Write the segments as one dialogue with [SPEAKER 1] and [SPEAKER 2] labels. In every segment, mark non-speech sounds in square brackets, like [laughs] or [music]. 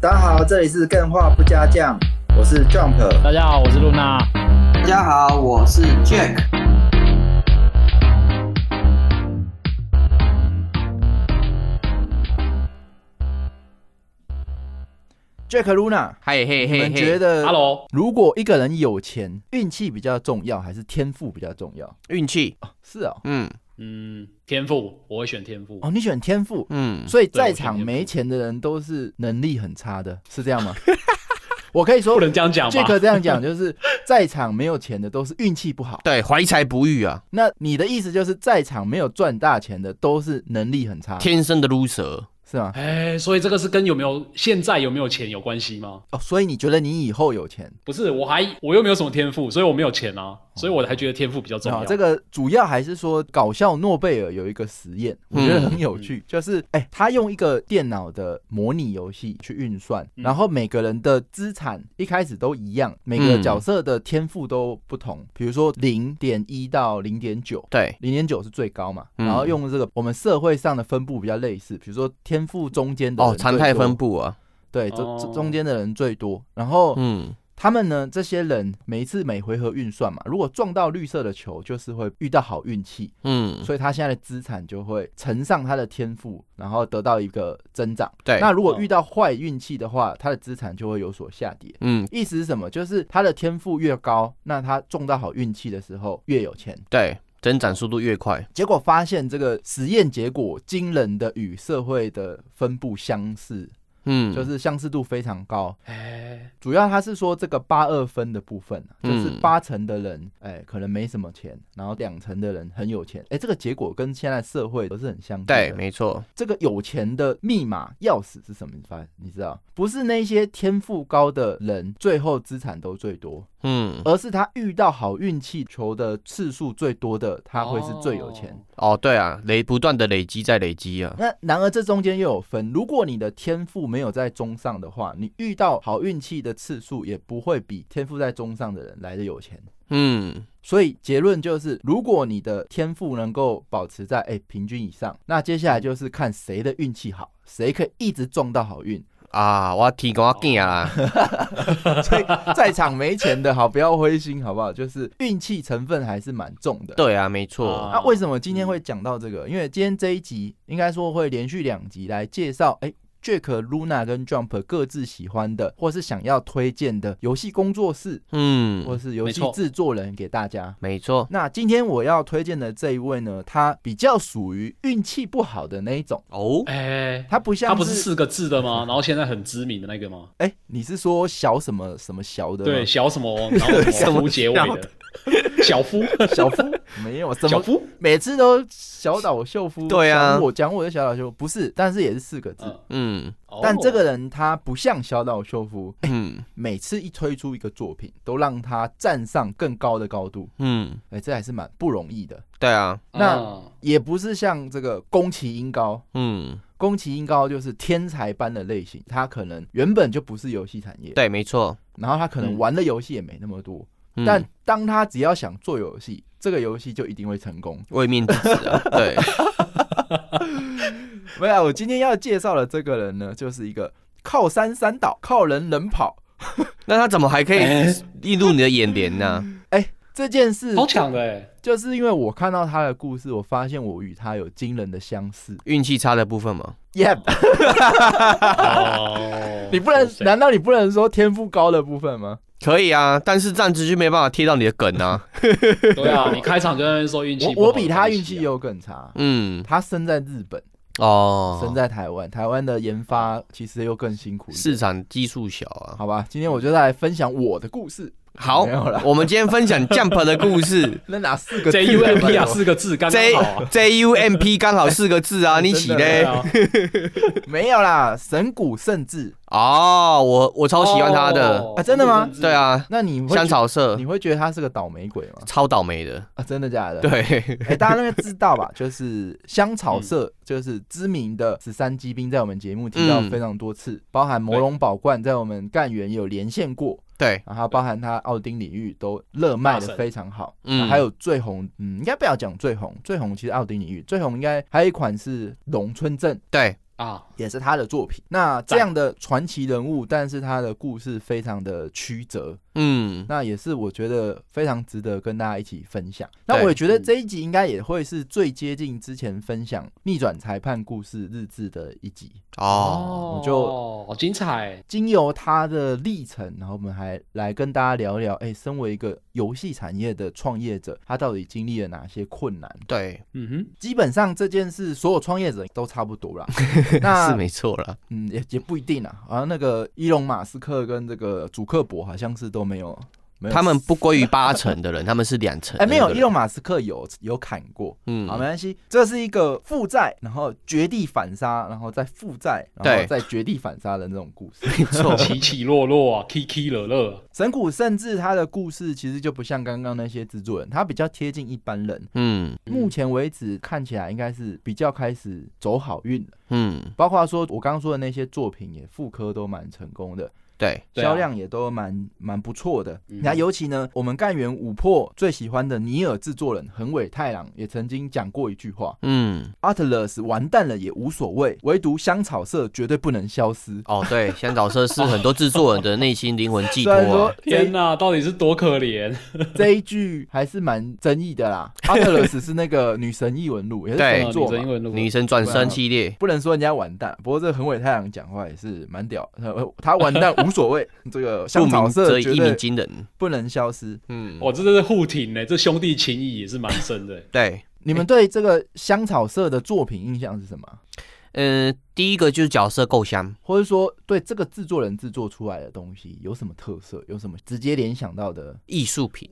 [SPEAKER 1] 大家好，这里是更画不加酱，我是 Jump。
[SPEAKER 2] 大家好，我是露娜。
[SPEAKER 3] 大家好，我是 Jack。
[SPEAKER 1] Jack Luna，
[SPEAKER 4] 嘿嘿
[SPEAKER 1] 你
[SPEAKER 4] 嘿
[SPEAKER 1] 们
[SPEAKER 4] 嘿，
[SPEAKER 1] 觉得
[SPEAKER 2] ，Hello，
[SPEAKER 1] 如果一个人有钱，运气比较重要，还是天赋比较重要？
[SPEAKER 4] 运气？
[SPEAKER 1] 是哦，
[SPEAKER 4] 嗯
[SPEAKER 2] 嗯，天赋，我会选天赋。
[SPEAKER 1] 哦，你选天赋，
[SPEAKER 4] 嗯，
[SPEAKER 1] 所以在
[SPEAKER 2] 对我选
[SPEAKER 1] 场
[SPEAKER 2] 天赋
[SPEAKER 1] 没钱的人都是能力很差的，是这样吗？ [laughs] 我可以说
[SPEAKER 2] 不能这样讲吧？
[SPEAKER 1] ，Jack 这样讲就是在场没有钱的都是运气不好。
[SPEAKER 4] 对，怀才不遇啊，
[SPEAKER 1] 那你的意思就是在场没有赚大钱的都是能力很差，
[SPEAKER 4] 天生的 loser。
[SPEAKER 1] 是吗？
[SPEAKER 2] 哎，所以这个是跟有没有现在有没有钱有关系吗？
[SPEAKER 1] 哦，所以你觉得你以后有钱？
[SPEAKER 2] 不是，我还我又没有什么天赋，所以我没有钱啊，所以我才觉得天赋比较重要。
[SPEAKER 1] 哦，这个主要还是说搞笑诺贝尔有一个实验，我
[SPEAKER 4] 嗯
[SPEAKER 1] 觉得很有趣，
[SPEAKER 2] 嗯
[SPEAKER 1] 就是哎、他用一个电脑的模拟游戏去运算，
[SPEAKER 2] 嗯
[SPEAKER 1] 然后每个人的资产一开始都一样，每个
[SPEAKER 4] 嗯
[SPEAKER 1] 角色的天赋都不同，比如说零点一到零点九。
[SPEAKER 4] 对，
[SPEAKER 1] 零点九是最高嘛，
[SPEAKER 4] 嗯
[SPEAKER 1] 然后用这个我们社会上的分布比较类似，比如说天赋中间的
[SPEAKER 4] 哦，
[SPEAKER 1] 人
[SPEAKER 4] 常
[SPEAKER 1] 最
[SPEAKER 4] 态
[SPEAKER 1] 多
[SPEAKER 4] 分布啊，
[SPEAKER 1] 对，中
[SPEAKER 2] 哦
[SPEAKER 1] 中间的人最多。然后
[SPEAKER 4] 嗯，
[SPEAKER 1] 他们呢，这些人每一次每回合运算嘛，如果撞到绿色的球，就是会遇到好运气，
[SPEAKER 4] 嗯，
[SPEAKER 1] 所以他现在的资产就会乘上他的天赋，然后得到一个增长。
[SPEAKER 4] 对，
[SPEAKER 1] 那如果遇到坏运气的话，他的资产就会有所下跌。
[SPEAKER 4] 嗯，
[SPEAKER 1] 意思是什么？就是他的天赋越高，那他中到好运气的时候越有钱。
[SPEAKER 4] 对，增长速度越快，
[SPEAKER 1] 结果发现这个实验结果惊人的与社会的分布相似，
[SPEAKER 4] 嗯，
[SPEAKER 1] 就是相似度非常高。
[SPEAKER 2] 哎，
[SPEAKER 1] 主要他是说这个八二分的部分啊、就
[SPEAKER 4] 嗯
[SPEAKER 1] 是八成的人，哎、可能没什么钱，然后两成的人很有钱，哎、这个结果跟现在社会都是很相似的。
[SPEAKER 4] 对，没错，
[SPEAKER 1] 这个有钱的密码钥匙是什么？你发你知道，不是那些天赋高的人最后资产都最多，
[SPEAKER 4] 嗯，
[SPEAKER 1] 而是他遇到好运气球的次数最多的，他会是最有钱。
[SPEAKER 2] 哦
[SPEAKER 4] 哦，对啊，累不断的累积在累积啊，
[SPEAKER 1] 那然而这中间又有分，如果你的天赋没有在中上的话，你遇到好运气的次数也不会比天赋在中上的人来的有钱。
[SPEAKER 4] 嗯，
[SPEAKER 1] 所以结论就是，如果你的天赋能够保持在哎、平均以上，那接下来就是看谁的运气好，谁可以一直中到好运。
[SPEAKER 4] 啊，我提供我囝啊啦，
[SPEAKER 1] 所以在场没钱的好不要灰心，好不好？就是运气成分还是蛮重的。
[SPEAKER 4] 对啊，没错，
[SPEAKER 1] 那、为什么今天会讲到这个？因为今天这一集应该说会连续两集来介绍，哎、Jack、Luna 跟 Jump 各自喜欢的或是想要推荐的游戏工作室或
[SPEAKER 4] 嗯，
[SPEAKER 1] 是游戏
[SPEAKER 2] 没错
[SPEAKER 1] 制作人给大家。
[SPEAKER 4] 没错，
[SPEAKER 1] 那今天我要推荐的这一位呢，他比较属于运气不好的那一种，
[SPEAKER 4] 哦，
[SPEAKER 2] 哎，
[SPEAKER 1] 他不像
[SPEAKER 2] 他不是四个字的吗？然后现在很知名的那
[SPEAKER 1] [laughs]
[SPEAKER 2] 个吗？
[SPEAKER 1] 哎、你是说小什么什么小的吗
[SPEAKER 2] 对，小什么，
[SPEAKER 1] [laughs]
[SPEAKER 2] 然后什么夫结尾的，小夫，
[SPEAKER 1] 小夫没有什
[SPEAKER 2] 小
[SPEAKER 1] 么，
[SPEAKER 2] 夫，
[SPEAKER 1] 每次都小岛秀
[SPEAKER 2] [laughs]
[SPEAKER 1] 夫
[SPEAKER 4] 对啊
[SPEAKER 1] 我讲我的小岛秀夫不是，但是也是四个字。
[SPEAKER 2] 嗯
[SPEAKER 4] 嗯
[SPEAKER 1] 但这
[SPEAKER 2] 哦
[SPEAKER 1] 个人他不像小岛秀夫，
[SPEAKER 4] 嗯
[SPEAKER 1] 每次一推出一个作品，都让他站上更高的高度，
[SPEAKER 4] 嗯，
[SPEAKER 1] 哎、这还是蛮不容易的。
[SPEAKER 4] 对啊，
[SPEAKER 1] 那
[SPEAKER 2] 嗯
[SPEAKER 1] 也不是像这个宫崎英高，
[SPEAKER 4] 嗯，
[SPEAKER 1] 宫崎英高就是天才般的类型，他可能原本就不是游戏产业，
[SPEAKER 4] 对，没错，
[SPEAKER 1] 然后他可能
[SPEAKER 2] 嗯
[SPEAKER 1] 玩的游戏也没那么多，
[SPEAKER 4] 嗯
[SPEAKER 1] 但当他只要想做游戏，这个游戏就一定会成功。
[SPEAKER 4] 为面子啊，对，
[SPEAKER 1] [laughs] 没有，啊我今天要介绍的这个人呢，就是一个靠山山倒，靠人人跑。
[SPEAKER 4] 那他怎么还可以
[SPEAKER 2] 哎
[SPEAKER 4] 映入你的眼帘呢？
[SPEAKER 1] 哎，这件事
[SPEAKER 2] 超强
[SPEAKER 1] [laughs]
[SPEAKER 2] 的哎，
[SPEAKER 1] 就是因为我看到他的故事，我发现我与他有惊人的相似。
[SPEAKER 4] 运气差的部分嘛，
[SPEAKER 1] Yep，
[SPEAKER 2] 哦
[SPEAKER 1] 你不能
[SPEAKER 2] 哇，塞
[SPEAKER 1] 难道你不能说天赋高的部分吗？
[SPEAKER 4] 可以啊，但是站姿就没办法贴到你的梗啊，
[SPEAKER 2] 对啊，你开场就在那边说运气不好，
[SPEAKER 1] 我我比他
[SPEAKER 2] 没关系
[SPEAKER 1] 运气
[SPEAKER 2] 啊
[SPEAKER 1] 又更差。
[SPEAKER 4] 嗯，
[SPEAKER 1] 他生在日本，
[SPEAKER 4] 哦，
[SPEAKER 1] 生在台湾，台湾的研发其实又更辛苦一点。
[SPEAKER 4] 市场基数小啊。
[SPEAKER 1] 好吧，今天我就来分享我的故事。
[SPEAKER 4] 好
[SPEAKER 1] 没有啦，
[SPEAKER 4] 我们今天分享 Jump 的故
[SPEAKER 1] [laughs]
[SPEAKER 4] 事
[SPEAKER 1] 那哪四个字
[SPEAKER 2] J U M P 啊，四个字刚
[SPEAKER 4] ，J
[SPEAKER 2] 刚好啊。
[SPEAKER 4] J U M P 刚好四个
[SPEAKER 1] [laughs]
[SPEAKER 4] 字啊，你起
[SPEAKER 2] 对
[SPEAKER 4] 嘞？
[SPEAKER 2] 啊，
[SPEAKER 1] 没有啦，神谷圣治
[SPEAKER 4] 哦，我我超喜欢他的，
[SPEAKER 2] 哦
[SPEAKER 1] 啊真的吗？
[SPEAKER 4] 对，啊，
[SPEAKER 1] 那你会
[SPEAKER 4] 香草社
[SPEAKER 1] 你会觉得他是个倒霉鬼吗？
[SPEAKER 4] 超倒霉的，
[SPEAKER 1] 啊，真的假 [laughs] 的？，
[SPEAKER 4] 对， [laughs]
[SPEAKER 1] 哎、大家应该知道 [laughs] 吧？就是香草社，就是知名的十三机兵，在我们节目提到
[SPEAKER 4] 嗯
[SPEAKER 1] 非常多次，包含魔龙宝冠，在我们干员有连线过，
[SPEAKER 4] 对，
[SPEAKER 1] 然后包含他奥丁领域都热卖的非常好。
[SPEAKER 4] 嗯
[SPEAKER 1] 还有最红，嗯，应该不要讲最红，最红其实奥丁领域最红应该还有一款是龙村镇。
[SPEAKER 4] 对，
[SPEAKER 2] 啊，
[SPEAKER 1] 也是他的作品。那这样的传奇人物，但是他的故事非常的曲折，
[SPEAKER 4] 嗯，
[SPEAKER 1] 那也是我觉得非常值得跟大家一起分享。
[SPEAKER 4] 对
[SPEAKER 1] 那我也觉得这一集应该也会是最接近之前分享《逆转裁判故事日志》的一集。
[SPEAKER 4] 哦，
[SPEAKER 1] 我就
[SPEAKER 2] 好精彩，
[SPEAKER 1] 经由他的历程，然后我们还来跟大家聊聊，哎、身为一个游戏产业的创业者，他到底经历了哪些困难？
[SPEAKER 4] 对，
[SPEAKER 2] 嗯哼，
[SPEAKER 1] 基本上这件事，所有创业者都差不多
[SPEAKER 4] [laughs]
[SPEAKER 1] 啦。那
[SPEAKER 4] 是没错啦。
[SPEAKER 1] 嗯，也也不一定啊。好像那个伊隆马斯克跟这个祖克伯好像是都没有没有
[SPEAKER 4] 他们呃不归于八成的人，他们是两成。
[SPEAKER 1] 哎、没有，伊隆，马斯克有有砍过。
[SPEAKER 4] 嗯
[SPEAKER 1] 好，没关系，这是一个负债，然后绝地反杀，然后再负债，然后
[SPEAKER 4] 对
[SPEAKER 1] 再绝地反杀的那种故事。
[SPEAKER 4] [laughs] 没错，
[SPEAKER 2] 起起落落啊，起起落落啊，
[SPEAKER 1] [laughs] 神谷甚至他的故事其实就不像刚刚那些制作人，他比较贴近一般人。
[SPEAKER 4] 嗯
[SPEAKER 2] 嗯
[SPEAKER 1] 目前为止看起来应该是比较开始走好运了，
[SPEAKER 4] 嗯，
[SPEAKER 1] 包括说我刚刚说的那些作品也复刻都蛮成功的，
[SPEAKER 4] 对，
[SPEAKER 2] 对啊
[SPEAKER 1] 销量也都蛮蛮不错的。
[SPEAKER 2] 嗯
[SPEAKER 1] 那、尤其呢，我们干员五破最喜欢的尼尔制作人横尾太郎也曾经讲过一句话
[SPEAKER 4] 嗯，
[SPEAKER 1] ：“Atlas 完蛋了也无所谓，唯独香草社绝对不能消失。”
[SPEAKER 4] 哦，对，香草社是很多制作人的内心灵魂寄
[SPEAKER 1] 虽然
[SPEAKER 4] 托 [laughs] 啊
[SPEAKER 1] 说。这
[SPEAKER 2] 天哪，到底是多可怜？
[SPEAKER 1] 这一句还是蛮争议的
[SPEAKER 4] [laughs]
[SPEAKER 1] 啦。Atlas 是那个女神异闻录，也是
[SPEAKER 4] 对
[SPEAKER 1] 神
[SPEAKER 2] 啊
[SPEAKER 1] 作
[SPEAKER 2] 女神英
[SPEAKER 1] 哎嘛。
[SPEAKER 2] 文录
[SPEAKER 4] 女神转身系列，
[SPEAKER 1] 不能说人家完蛋，不过这横尾太郎讲话也是蛮屌，呃 [laughs] 他完蛋无所谓， [laughs] 这个
[SPEAKER 4] 不
[SPEAKER 1] 香草
[SPEAKER 4] 鸣则
[SPEAKER 1] 社
[SPEAKER 4] 已，
[SPEAKER 1] 绝
[SPEAKER 4] 一鸣
[SPEAKER 1] 对
[SPEAKER 4] 惊人。
[SPEAKER 1] 不能消失。
[SPEAKER 4] 嗯，
[SPEAKER 2] 哦哇，这真是互挺欸呢，这兄弟情谊也是蛮深的。欸
[SPEAKER 4] 对，
[SPEAKER 1] 你们对这个香草社的作品印象是什么？
[SPEAKER 4] 嗯，第一个就是角色够香，
[SPEAKER 1] 或者说对这个制作人制作出来的东西有什么特色？有什么直接联想到的？
[SPEAKER 4] 艺术品，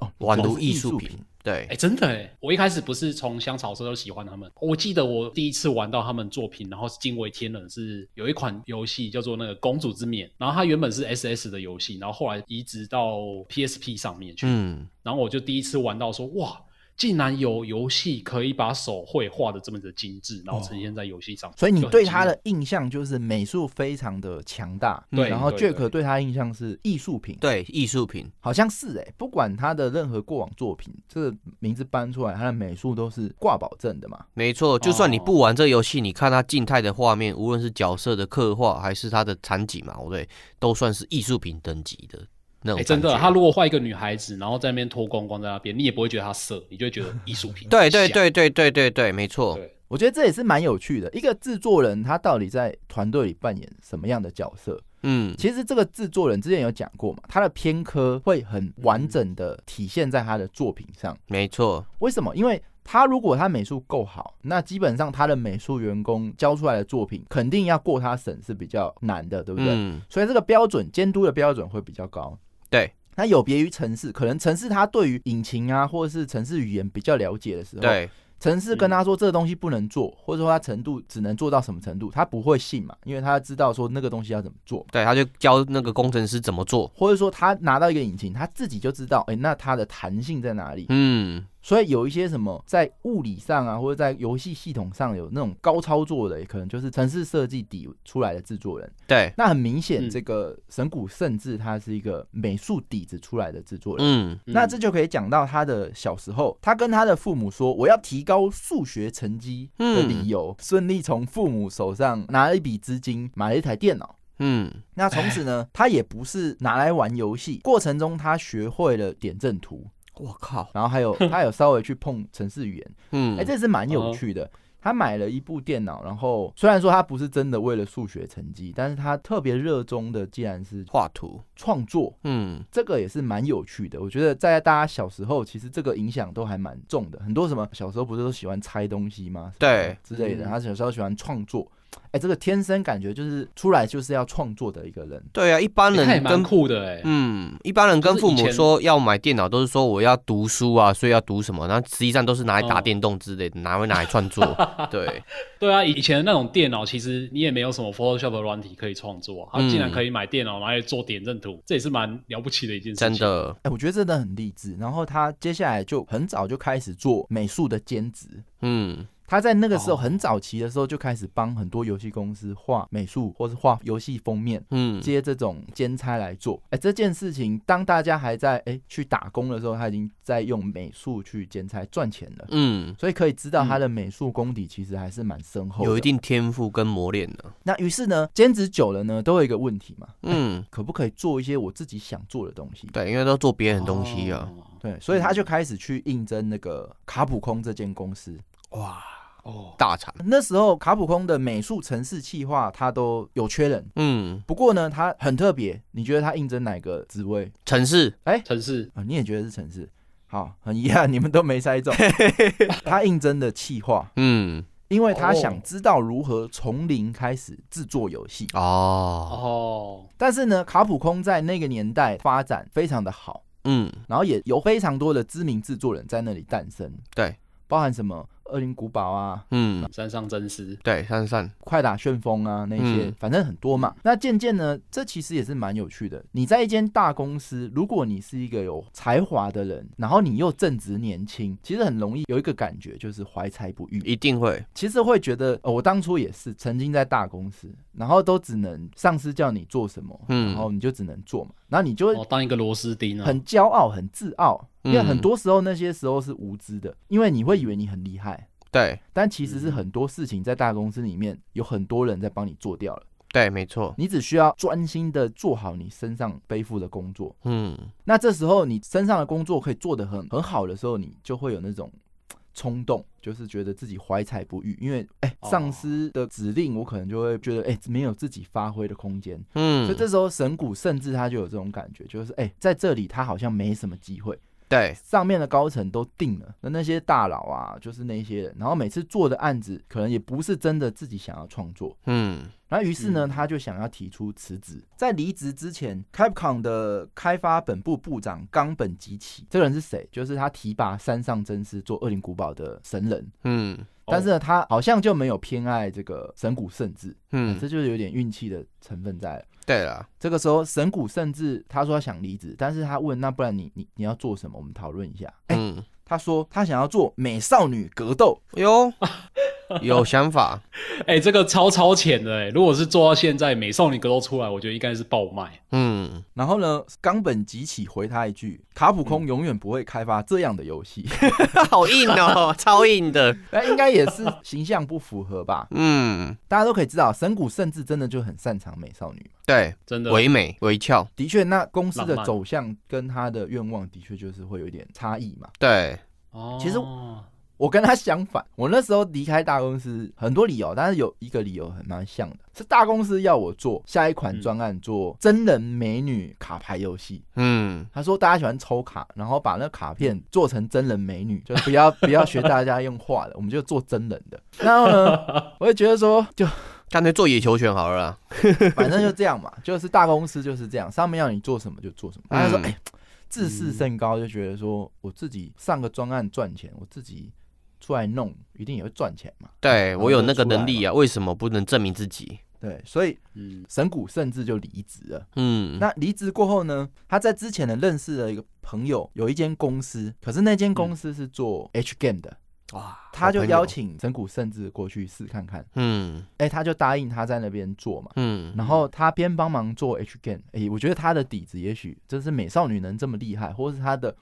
[SPEAKER 1] 哦，
[SPEAKER 4] 宛如
[SPEAKER 1] 艺
[SPEAKER 4] 艺术
[SPEAKER 1] 品
[SPEAKER 4] 品。。对
[SPEAKER 2] 哎、，真的哎！我一开始不是从香草社就喜欢他们，我记得我第一次玩到他们作品，然后是惊为天人，是有一款游戏叫做那个《公主之冕》，然后它原本是 SS 的游戏，然后后来移植到 PSP 上面去，
[SPEAKER 4] 嗯，
[SPEAKER 2] 然后我就第一次玩到说哇，竟然有游戏可以把手绘画的这么的精致，然后呈现在游戏
[SPEAKER 4] 哦
[SPEAKER 2] 上、
[SPEAKER 1] 所以你
[SPEAKER 2] 就很
[SPEAKER 1] 对
[SPEAKER 2] 惊
[SPEAKER 1] 他
[SPEAKER 2] 艳
[SPEAKER 1] 的印象就是美术非常的强大，
[SPEAKER 2] 对
[SPEAKER 1] 然后
[SPEAKER 2] 对
[SPEAKER 1] Jack 对他印象是艺术品，
[SPEAKER 4] 对，艺术品，
[SPEAKER 1] 好像是哎、不管他的任何过往作品，这个名字搬出来，他的美术都是挂保证的嘛。
[SPEAKER 4] 没错，就算你不玩这游戏，你看它静态的画面，无论是角色的刻画还是它的场景嘛，我哦对，都算是艺术品等级的那种
[SPEAKER 2] 哎、
[SPEAKER 4] 感觉。
[SPEAKER 2] 真的，他如果画一个女孩子，然后在那边脱光光在那边，你也不会觉得她色，你就会觉得艺术品。
[SPEAKER 4] [laughs] 对对对对对对对，没错，
[SPEAKER 2] 对，
[SPEAKER 1] 我觉得这也是蛮有趣的，一个制作人他到底在团队里扮演什么样的角色？
[SPEAKER 4] 嗯，
[SPEAKER 1] 其实这个制作人之前有讲过嘛，他的偏科会很完整的体现在他的作品上。
[SPEAKER 4] 没错，
[SPEAKER 1] 为什么？因为他如果他美术够好，那基本上他的美术员工交出来的作品肯定要过他审是比较难的，对不对？
[SPEAKER 4] 嗯，
[SPEAKER 1] 所以这个标准监督的标准会比较高。
[SPEAKER 4] 对，
[SPEAKER 1] 那有别于城市，可能城市他对于引擎啊，或者是城市语言比较了解的时候，，
[SPEAKER 4] 对，
[SPEAKER 1] 城市跟他说这个东西不能做，或者说他程度只能做到什么程度，他不会信嘛，因为他知道说那个东西要怎么做。
[SPEAKER 4] 对，他就教那个工程师怎么做。
[SPEAKER 1] 或者说他拿到一个引擎，他自己就知道，哎、那它的弹性在哪里？
[SPEAKER 4] 嗯，
[SPEAKER 1] 所以有一些什么在物理上啊，或者在游戏系统上有那种高操作的，也可能就是城市设计底出来的制作人。
[SPEAKER 4] 对，
[SPEAKER 1] 那很明显，
[SPEAKER 2] 嗯
[SPEAKER 1] 这个神谷甚至他是一个美术底子出来的制作人。
[SPEAKER 4] 嗯，
[SPEAKER 2] 嗯
[SPEAKER 1] 那这就可以讲到他的小时候，他跟他的父母说：“我要提高数学成绩的理由，顺利从父母手上拿了一笔资金，买了一台电脑。”
[SPEAKER 4] 嗯，
[SPEAKER 1] 那从此呢，他也不是拿来玩游戏，过程中他学会了点阵图，
[SPEAKER 4] 我靠，
[SPEAKER 1] 然后还有他有稍微去碰城市语言，
[SPEAKER 4] 嗯，
[SPEAKER 1] 哎、这是蛮有趣的。他买了一部电脑，然后虽然说他不是真的为了数学成绩，但是他特别热衷的竟然是
[SPEAKER 4] 画图，
[SPEAKER 1] 创作，
[SPEAKER 4] 嗯，
[SPEAKER 1] 这个也是蛮有趣的。我觉得在大家小时候，其实这个影响都还蛮重的。很多什么小时候不是都喜欢拆东西吗？
[SPEAKER 4] 对
[SPEAKER 1] 之类的，
[SPEAKER 2] 嗯
[SPEAKER 1] 他小时候喜欢创作，哎、这个天生感觉就是出来就是要创作的一个人。
[SPEAKER 4] 对啊，一般
[SPEAKER 2] 欸他也
[SPEAKER 4] 人
[SPEAKER 2] 蛮
[SPEAKER 4] 跟
[SPEAKER 2] 酷的哎、
[SPEAKER 4] 嗯，一般人跟父母说要买电脑，都是说我要读书啊，所以要读什么，然后实际上都是拿来打电动之类的，哪会拿来创 [laughs] 作？对，
[SPEAKER 2] 对啊，以以前那种电脑其实你也没有什么 Photoshop 的软体可以创作啊，他
[SPEAKER 4] 嗯
[SPEAKER 2] 竟然可以买电脑拿来做点阵图，这也是蛮了不起的一件事情。哦
[SPEAKER 4] 真，的，
[SPEAKER 1] 哎、我觉得真的很励志。然后他接下来就很早就开始做美术的兼职，
[SPEAKER 4] 嗯，
[SPEAKER 1] 他在那个时候
[SPEAKER 2] 哦
[SPEAKER 1] 很早期的时候就开始帮很多游戏公司画美术或是画游戏封面。
[SPEAKER 4] 嗯，
[SPEAKER 1] 接这种兼差来做，哎、这件事情当大家还在哎、去打工的时候，他已经在用美术去兼差赚钱了，
[SPEAKER 4] 嗯，
[SPEAKER 1] 所以可以知道他的美术功底其实还是蛮深厚的。
[SPEAKER 4] 有一定天赋跟磨练啊的、
[SPEAKER 1] 那于是呢，兼职久了呢，都有一个问题嘛，
[SPEAKER 4] 嗯，
[SPEAKER 1] 可不可以做一些我自己想做的东西？
[SPEAKER 4] [laughs] 对，因为都做别人的东西啊。
[SPEAKER 1] 对，所以他就开始去应征那个卡普空这间公司。
[SPEAKER 2] 哦，
[SPEAKER 4] 大厂，
[SPEAKER 1] 那时候卡普空的美术城市企划，他都有缺人。
[SPEAKER 4] 嗯，
[SPEAKER 1] 不过呢，他很特别，你觉得他应征哪个职位
[SPEAKER 4] 城市，
[SPEAKER 2] 城市
[SPEAKER 1] 啊、你也觉得是城市？好，很遗憾，你们都没猜中。他应征的企划，
[SPEAKER 4] 嗯，
[SPEAKER 1] 因为他想知道如何从零开始制作游戏。
[SPEAKER 4] 哦，
[SPEAKER 2] 哦，
[SPEAKER 1] 但是呢，卡普空在那个年代发展非常的好，
[SPEAKER 4] 嗯，
[SPEAKER 1] 然后也有非常多的知名制作人在那里诞生，
[SPEAKER 4] 对，
[SPEAKER 1] 包含什么《恶灵古堡》啊，
[SPEAKER 4] 嗯，
[SPEAKER 2] 山上真丝
[SPEAKER 4] 对，珊珊，
[SPEAKER 1] 快打旋风啊，那些、
[SPEAKER 4] 嗯
[SPEAKER 1] 反正很多嘛。那渐渐呢，这其实也是蛮有趣的。你在一间大公司，如果你是一个有才华的人，然后你又正值年轻，其实很容易有一个感觉，就是怀才不遇。
[SPEAKER 4] 一定会，
[SPEAKER 1] 其实会觉得、呃我当初也是曾经在大公司，然后都只能上司叫你做什么，
[SPEAKER 4] 嗯
[SPEAKER 1] 然后你就只能做嘛，然后你就会
[SPEAKER 2] 哦，当一个螺丝钉啊，
[SPEAKER 1] 很骄傲、很自傲，因为
[SPEAKER 4] 嗯
[SPEAKER 1] 很多时候那些时候是无知的，因为你会以为你很厉害。
[SPEAKER 4] 对，
[SPEAKER 1] 但其
[SPEAKER 4] 嗯
[SPEAKER 1] 实是很多事情在大公司里面有很多人在帮你做掉了。
[SPEAKER 4] 对，没错，
[SPEAKER 1] 你只需要专心的做好你身上背负的工作。
[SPEAKER 4] 嗯，
[SPEAKER 1] 那这时候你身上的工作可以做得很很好的时候，你就会有那种嘖冲动，就是觉得自己怀才不遇，因为哎、
[SPEAKER 2] 哦
[SPEAKER 1] 上司的指令，我可能就会觉得哎、没有自己发挥的空间。所
[SPEAKER 4] 嗯
[SPEAKER 1] 以，这时候神谷甚至他就有这种感觉，就是哎、在这里他好像没什么机会，
[SPEAKER 4] 对，
[SPEAKER 1] 上面的高层都定了，那那些大佬啊，就是那些人，然后每次做的案子可能也不是真的自己想要创作，
[SPEAKER 4] 嗯，
[SPEAKER 1] 然后于是呢，
[SPEAKER 2] 嗯
[SPEAKER 1] 他就想要提出辞职。在离职之前，Capcom 的开发本部部长冈本吉起，这个人是谁？就是他提拔山上真司做《恶灵古堡》的神人，
[SPEAKER 4] 嗯，
[SPEAKER 1] 但是呢，他好像就没有偏爱这个神谷圣治，
[SPEAKER 4] 嗯，
[SPEAKER 1] 这就是有点运气的成分在了。
[SPEAKER 4] 对了，
[SPEAKER 1] 这个时候，神谷圣治他说他想离职，但是他问那不然你你你要做什么？我们讨论一下。哎，
[SPEAKER 4] 嗯，
[SPEAKER 1] 他说他想要做美少女格斗，
[SPEAKER 4] 哟，有想法，
[SPEAKER 2] 哎、这个超超前的哎、如果是做到现在，美少女格斗出来，我觉得应该是爆卖。
[SPEAKER 1] [laughs]
[SPEAKER 4] 嗯，
[SPEAKER 1] 然后呢，冈本吉起回他一句：卡普空永远不会开发这样的游戏。
[SPEAKER 4] 好硬 [laughs] 哦，超硬的，
[SPEAKER 1] 那应该也是形象不符合吧？
[SPEAKER 4] 嗯，
[SPEAKER 1] 大家都可以知道，神谷甚至真的就很擅长美少女。
[SPEAKER 4] 对，
[SPEAKER 2] 真的
[SPEAKER 4] 唯美微翘，
[SPEAKER 1] 的确，那公司
[SPEAKER 2] 浪
[SPEAKER 1] 的
[SPEAKER 2] 漫
[SPEAKER 1] 走向跟他的愿望的确就是会有点差异嘛。
[SPEAKER 4] 对，
[SPEAKER 2] 哦，
[SPEAKER 1] 其实我跟他相反，我那时候离开大公司很多理由，但是有一个理由很蛮像的，是大公司要我做下一
[SPEAKER 2] 嗯
[SPEAKER 1] 款专案，做真人美女卡牌游戏。
[SPEAKER 4] 嗯，
[SPEAKER 1] 他说大家喜欢抽卡，然后把那卡片做成真人美女，就不要不要学大家用画的，我们就做真人的。然后
[SPEAKER 2] [laughs]
[SPEAKER 1] 呢，我就觉得说，就
[SPEAKER 4] 干脆做野球拳好了啦，
[SPEAKER 1] 反正就这样嘛，就是大公司就是这样，上面要你做什么就做什么。他就说，
[SPEAKER 4] 嗯
[SPEAKER 1] 哎、自视甚高，就觉得说我自己上个专案赚钱，我自己出来弄一定也会赚钱嘛。
[SPEAKER 4] 对
[SPEAKER 1] 然后
[SPEAKER 4] 我有
[SPEAKER 1] 就
[SPEAKER 4] 那个
[SPEAKER 1] 出来
[SPEAKER 4] 能力啊，为什么不能证明自己？
[SPEAKER 1] 对，所以
[SPEAKER 2] 嗯，
[SPEAKER 1] 神谷甚至就离职了。
[SPEAKER 4] 嗯，
[SPEAKER 1] 那离职过后呢，他在之前呢认识了一个朋友，有一间公司，可是那间公司是做 H game 的，
[SPEAKER 4] 哇，
[SPEAKER 1] 他
[SPEAKER 4] 嗯好
[SPEAKER 1] 就
[SPEAKER 4] 朋友
[SPEAKER 1] 邀，请神谷甚至过去试看看，
[SPEAKER 4] 嗯
[SPEAKER 1] 哎、他就答应他在那边做嘛。
[SPEAKER 4] 嗯，
[SPEAKER 1] 然后他边帮忙做 H game，哎、我觉得他的底子也许就是美少女能这么厉害，或是他的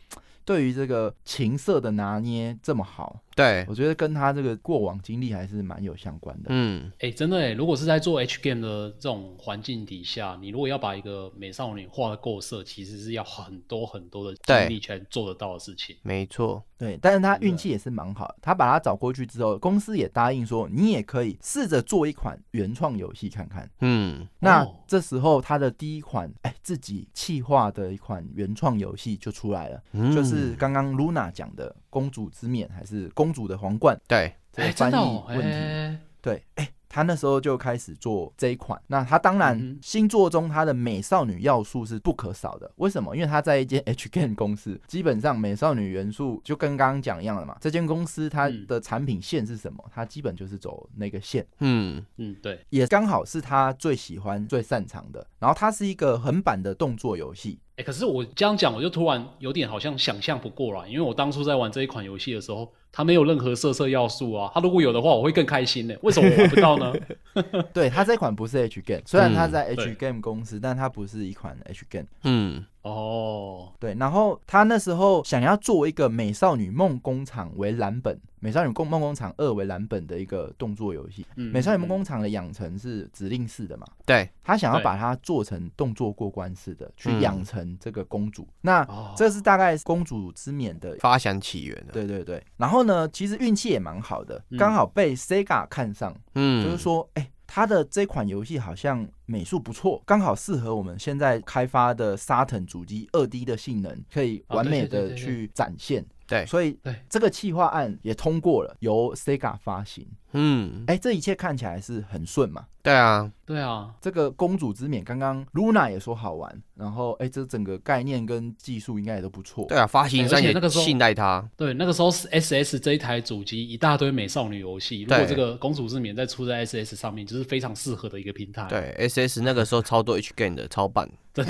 [SPEAKER 1] 对于这个情色的拿捏这么好，
[SPEAKER 4] 对，
[SPEAKER 1] 我觉得跟他这个过往经历还是蛮有相关的。
[SPEAKER 4] 嗯
[SPEAKER 2] 哎、真的哎、如果是在做 H game 的这种环境底下，你如果要把一个美少女画的够色，其实是要很多很多的
[SPEAKER 4] 对
[SPEAKER 2] 精力才做得到的事情。
[SPEAKER 4] 没错，
[SPEAKER 1] 对，但是他
[SPEAKER 4] 啊
[SPEAKER 1] 运气也是蛮好的，他把他找过去之后，公司也答应说你也可以试着做一款原创游戏看看。
[SPEAKER 4] 嗯
[SPEAKER 1] 那
[SPEAKER 2] 哦
[SPEAKER 1] 这时候他的第一款哎、自己企划的一款原创游戏就出来了，
[SPEAKER 4] 嗯，
[SPEAKER 1] 就是刚刚 Luna 讲的《公主之面》还是《公主的皇冠》
[SPEAKER 4] 对，
[SPEAKER 1] 这
[SPEAKER 2] 哎、
[SPEAKER 1] 个翻
[SPEAKER 2] 真的哦
[SPEAKER 1] 译，
[SPEAKER 2] 哎、
[SPEAKER 1] 问题。对，哎、他那时候就开始做这一款。那他当然
[SPEAKER 2] 嗯
[SPEAKER 1] 星座中他的美少女要素是不可少的。为什么？因为他在一间 H Game 公司，基本上美少女元素就跟刚刚讲一样了嘛。这间公司它
[SPEAKER 2] 嗯
[SPEAKER 1] 的产品线是什么？它基本就是走那个线。
[SPEAKER 4] 嗯
[SPEAKER 2] 嗯，对，
[SPEAKER 1] 也刚好是他最喜欢、最擅长的。然后它是一个横版的动作游戏，
[SPEAKER 2] 哎、可是我这样讲，我就突然有点好像想象不过来，因为我当初在玩这一款游戏的时候，它没有任何色色要素啊。它如果有的话，我会更开心呢、为什么我玩不到呢？
[SPEAKER 1] [laughs] 对，它这款不是 H Game，虽然它
[SPEAKER 4] 嗯
[SPEAKER 1] 在 H
[SPEAKER 2] 对
[SPEAKER 1] Game 公司，但它不是一款 H Game。
[SPEAKER 4] 嗯
[SPEAKER 2] 哦，
[SPEAKER 1] 对，然后他那时候想要做一个《美少女梦工厂》为蓝本，《美少女梦梦工厂二》为蓝本的一个动作游戏。
[SPEAKER 2] 嗯
[SPEAKER 1] 美少女梦工厂》的养成是指令式的嘛？
[SPEAKER 4] 对，
[SPEAKER 1] 他想要
[SPEAKER 2] 对
[SPEAKER 1] 把它做成动作过关式的，去
[SPEAKER 4] 嗯
[SPEAKER 1] 养成这个公主。那
[SPEAKER 2] 哦
[SPEAKER 1] 这是大概公主之冕的
[SPEAKER 4] 发想起源啊的，
[SPEAKER 1] 对对对，然后呢，其实运气也蛮好的，
[SPEAKER 2] 嗯
[SPEAKER 1] 刚好被 Sega 看上，
[SPEAKER 4] 嗯，
[SPEAKER 1] 就是说，哎、他的这款游戏好像美术不错，刚好适合我们现在开发的 Saturn 主机二 D 的性能，可以
[SPEAKER 2] 啊
[SPEAKER 1] 完
[SPEAKER 2] 对
[SPEAKER 1] 美
[SPEAKER 2] 对对
[SPEAKER 1] 的
[SPEAKER 2] 对对
[SPEAKER 1] 去展现。
[SPEAKER 4] 对，
[SPEAKER 1] 所以
[SPEAKER 2] 对
[SPEAKER 1] 这个企划案也通过了，由 Sega 发行。
[SPEAKER 4] 嗯，
[SPEAKER 1] 哎、这一切看起来是很顺嘛。
[SPEAKER 4] 对啊，
[SPEAKER 2] 对啊，
[SPEAKER 1] 这个公主之冕，刚刚 Luna 也说好玩，然后哎、这整个概念跟技术应该也都不错。
[SPEAKER 4] 对啊，发行商
[SPEAKER 2] 而且
[SPEAKER 4] 也
[SPEAKER 2] 那个时候
[SPEAKER 4] 信赖他，
[SPEAKER 2] 对，那个时候是 SS 这一台主机一大堆美少女游戏，如果
[SPEAKER 4] 对
[SPEAKER 2] 这个《公主之冕》再出在 SS 上面，就是非常适合的一个平台。
[SPEAKER 4] 对，SS
[SPEAKER 1] 哎
[SPEAKER 4] 那个时候超多 H game 的超版，
[SPEAKER 2] [laughs] 对，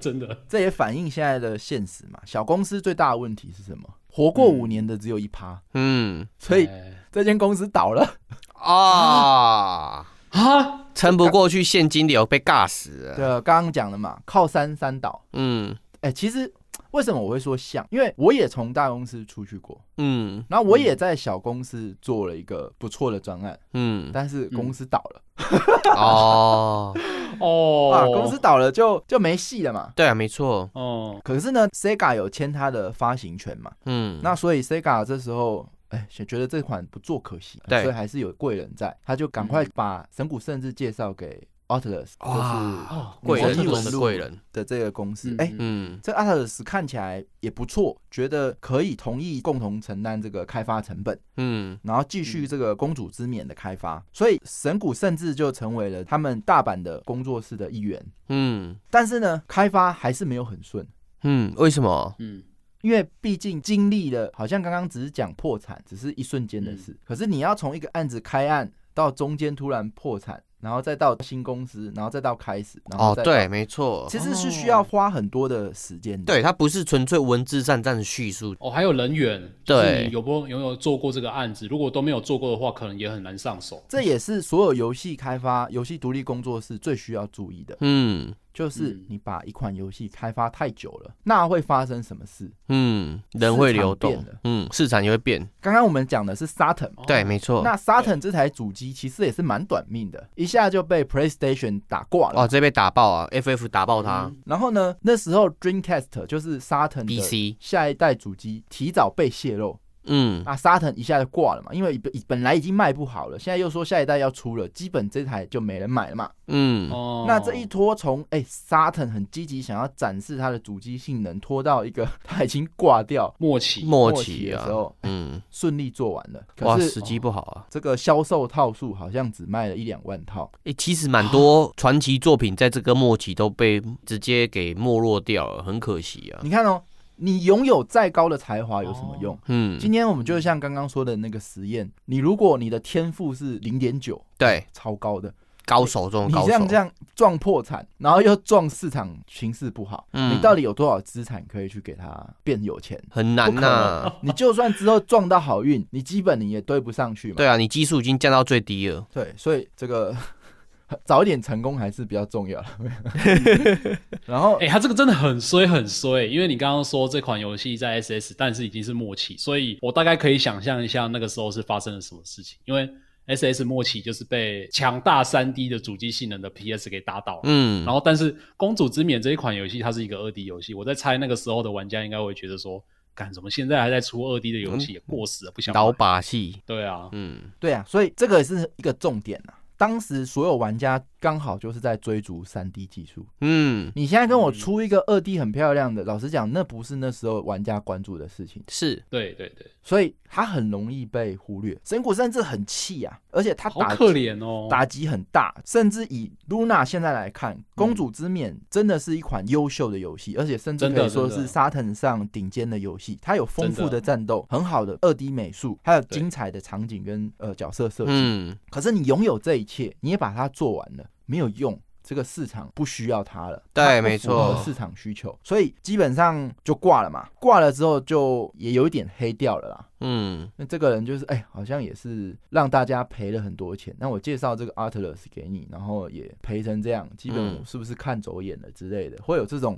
[SPEAKER 2] 真的。
[SPEAKER 1] 这也反映现在的现实嘛。小公司最大的问题是什么？活过五年的只有一趴，
[SPEAKER 4] 嗯
[SPEAKER 1] 所以
[SPEAKER 2] 哎
[SPEAKER 1] 这间公司倒了。
[SPEAKER 4] 啊，
[SPEAKER 2] 啊，
[SPEAKER 4] 撑不过去现金流被尬死
[SPEAKER 1] 对，啊
[SPEAKER 4] 了，
[SPEAKER 1] 刚刚讲了嘛，靠山山倒。
[SPEAKER 4] 嗯
[SPEAKER 1] 哎、其实为什么我会说像？因为我也从大公司出去过，
[SPEAKER 4] 嗯
[SPEAKER 1] 然后我也在小公司做了一个不错的专案，
[SPEAKER 4] 嗯，
[SPEAKER 1] 但是公司倒了、
[SPEAKER 4] 哦，
[SPEAKER 2] 哦，
[SPEAKER 1] 啊，公司倒了就就没戏了嘛。
[SPEAKER 4] 对啊，没错，
[SPEAKER 2] 哦，
[SPEAKER 1] 可是呢，Sega 有签它的发行权嘛，
[SPEAKER 4] 嗯，
[SPEAKER 1] 那所以 Sega 这时候。哎，觉得这款不做可惜，
[SPEAKER 4] 对嗯
[SPEAKER 1] 所以还是有贵人在，他就赶快把神谷圣治介绍给 Atlas，就是
[SPEAKER 4] 哇，
[SPEAKER 2] 哦，
[SPEAKER 4] 贵
[SPEAKER 1] 我
[SPEAKER 4] 人
[SPEAKER 1] 是
[SPEAKER 4] 中的
[SPEAKER 1] 录
[SPEAKER 4] 贵人，
[SPEAKER 1] 的这个公司。
[SPEAKER 2] 嗯
[SPEAKER 1] 哎、
[SPEAKER 2] 嗯
[SPEAKER 4] 嗯
[SPEAKER 1] 这 Atlas 看起来也不错，觉得可以同意共同承担这个开发成本，
[SPEAKER 4] 嗯
[SPEAKER 1] 然后继续这个公主之冕的开发。所以神谷甚至就成为了他们大阪的工作室的一员。
[SPEAKER 4] 嗯
[SPEAKER 1] 但是呢，开发还是没有很顺，
[SPEAKER 4] 嗯，为什么？
[SPEAKER 2] 嗯，
[SPEAKER 1] 因为毕竟经历了，好像刚刚只是讲破产，只是一瞬间的事。
[SPEAKER 4] 嗯
[SPEAKER 1] 可是你要从一个案子开案到中间突然破产，然后再到新公司，然后再到开始，然后
[SPEAKER 4] 哦
[SPEAKER 1] 再，到
[SPEAKER 4] 对，，没错，
[SPEAKER 1] 其实是需要花很多的时间的。
[SPEAKER 4] 对，它不是纯粹文字上这样的叙述，
[SPEAKER 2] 哦，还有人员，就是
[SPEAKER 4] 对
[SPEAKER 2] 你有不有没有做过这个案子？如果都没有做过的话，可能也很难上手。
[SPEAKER 1] 这也是所有游戏开发、游戏独立工作室最需要注意的，
[SPEAKER 4] 嗯
[SPEAKER 1] 就是
[SPEAKER 2] 嗯
[SPEAKER 1] 你把一款游戏开发太久了，那会发生什么事？
[SPEAKER 4] 嗯，人会流
[SPEAKER 1] 市场
[SPEAKER 4] 动
[SPEAKER 1] 变了，
[SPEAKER 4] 嗯，市场也会变，
[SPEAKER 1] 刚刚我们讲的是 Saturn
[SPEAKER 2] 哦
[SPEAKER 1] 嘛。
[SPEAKER 4] 哦对，没错。
[SPEAKER 1] 那 Saturn 这台主机其实也是蛮短命的，一下就被 PlayStation 打挂了。
[SPEAKER 4] 哦，这被打爆啊！FF 打爆他，
[SPEAKER 1] 然后呢，那时候 Dreamcast 就是 Saturn 的
[SPEAKER 4] PC，
[SPEAKER 1] 下一代主机提早被泄露，
[SPEAKER 4] 嗯
[SPEAKER 1] 那 Saturn 一下就挂了嘛，因为本本来已经卖不好了，现在又说下一代要出了，基本这台就没人买了嘛。
[SPEAKER 4] 嗯，
[SPEAKER 2] 哦，
[SPEAKER 1] 那这一拖从哎、沙 s 很积极想要展示它的主机性能，拖到一个 [laughs] 它已经挂掉
[SPEAKER 2] 默契，
[SPEAKER 4] 默
[SPEAKER 1] 契
[SPEAKER 4] 契
[SPEAKER 1] 的
[SPEAKER 4] 啊
[SPEAKER 1] 时，候，
[SPEAKER 4] 嗯，
[SPEAKER 1] 顺利做完了。
[SPEAKER 4] 哇，
[SPEAKER 1] 可
[SPEAKER 4] 时
[SPEAKER 1] 是哦
[SPEAKER 4] 机不好啊。
[SPEAKER 1] 这个销售套数好像只卖了一两万套，
[SPEAKER 4] 诶，其实蛮
[SPEAKER 1] [gasps]
[SPEAKER 4] 多传奇作品在这个末期都被直接给没落掉了，很可惜啊。
[SPEAKER 1] 你看哦，你拥有再高的才华有什么用？
[SPEAKER 4] 嗯，
[SPEAKER 1] 今天我们就像刚刚说的那个实验，你如果你的天赋是零点九，
[SPEAKER 4] 对，
[SPEAKER 1] 超高的，
[SPEAKER 4] 高手中
[SPEAKER 1] 你
[SPEAKER 4] 的高
[SPEAKER 1] 这样这
[SPEAKER 4] 手，
[SPEAKER 1] 样撞破产，然后又撞市场形势不好，
[SPEAKER 4] 嗯
[SPEAKER 1] 你到底有多少资产可以去给它变有钱？
[SPEAKER 4] 很难
[SPEAKER 1] 不可
[SPEAKER 4] 呐。
[SPEAKER 1] [laughs]
[SPEAKER 2] [laughs]
[SPEAKER 1] 你就算之后撞到好运，你基本你也堆不上去嘛。
[SPEAKER 4] 对啊，你基数已经降到最低了。
[SPEAKER 1] 对，所以这个 [laughs] 早一点成功还是比较重要
[SPEAKER 2] [laughs]
[SPEAKER 1] 的。然后
[SPEAKER 2] 哎、它这个真的很衰很衰，因为你刚刚说这款游戏在 SS，但是已经是末期，所以我大概可以想象一下那个时候是发生了什么事情。因为 SS 末期就是被强大三 D 的主机性能的 PS 给打倒了。
[SPEAKER 4] 嗯，
[SPEAKER 2] 然后，但是《公主之冕》这一款游戏，它是一个二 D 游戏，我在猜那个时候的玩家应该会觉得说，干怎么现在还在出二 D 的游戏，也过时了，不想
[SPEAKER 4] 老
[SPEAKER 2] 买。
[SPEAKER 4] 把戏，
[SPEAKER 2] 对啊，
[SPEAKER 4] 嗯
[SPEAKER 1] 对啊，所以这个也是一个重点啊。当时所有玩家刚好就是在追逐三 D 技术。
[SPEAKER 4] 嗯，
[SPEAKER 1] 你现在跟我出
[SPEAKER 2] 嗯
[SPEAKER 1] 一个二 D 很漂亮的，老实讲，那不是那时候玩家关注的事情，
[SPEAKER 4] 是，
[SPEAKER 2] 对对对，
[SPEAKER 1] 所以他很容易被忽略。神谷甚至很气啊，而且他
[SPEAKER 2] 好
[SPEAKER 1] 打
[SPEAKER 2] 可怜哦。
[SPEAKER 1] 打击很大，甚至以 Luna 现在来看，《公主之冕》真的是一款优秀的游戏，而且甚至
[SPEAKER 2] 真的
[SPEAKER 1] 可以说
[SPEAKER 2] 真
[SPEAKER 1] 是
[SPEAKER 2] 的
[SPEAKER 1] Saturn 上顶尖的游戏。它有丰富
[SPEAKER 2] 真
[SPEAKER 1] 的
[SPEAKER 2] 的
[SPEAKER 1] 战斗，很好的二 D 美术，还有
[SPEAKER 2] 对
[SPEAKER 1] 精彩的场景跟呃角色设计。
[SPEAKER 4] 嗯
[SPEAKER 1] 可是你拥有这一切，你也把它做完了，没有用。这个市场不需要它了，
[SPEAKER 4] 对
[SPEAKER 1] 它不符
[SPEAKER 4] 没错
[SPEAKER 1] 合市场需求，所以基本上就挂了嘛。挂了之后就也有一点黑掉了啦。
[SPEAKER 4] 嗯，
[SPEAKER 1] 那这个人就是哎、好像也是让大家赔了很多钱。那我介绍这个 Atlas 给你，然后也赔成这样，基本
[SPEAKER 4] 嗯
[SPEAKER 1] 我是不是看走眼了之类的，会有这种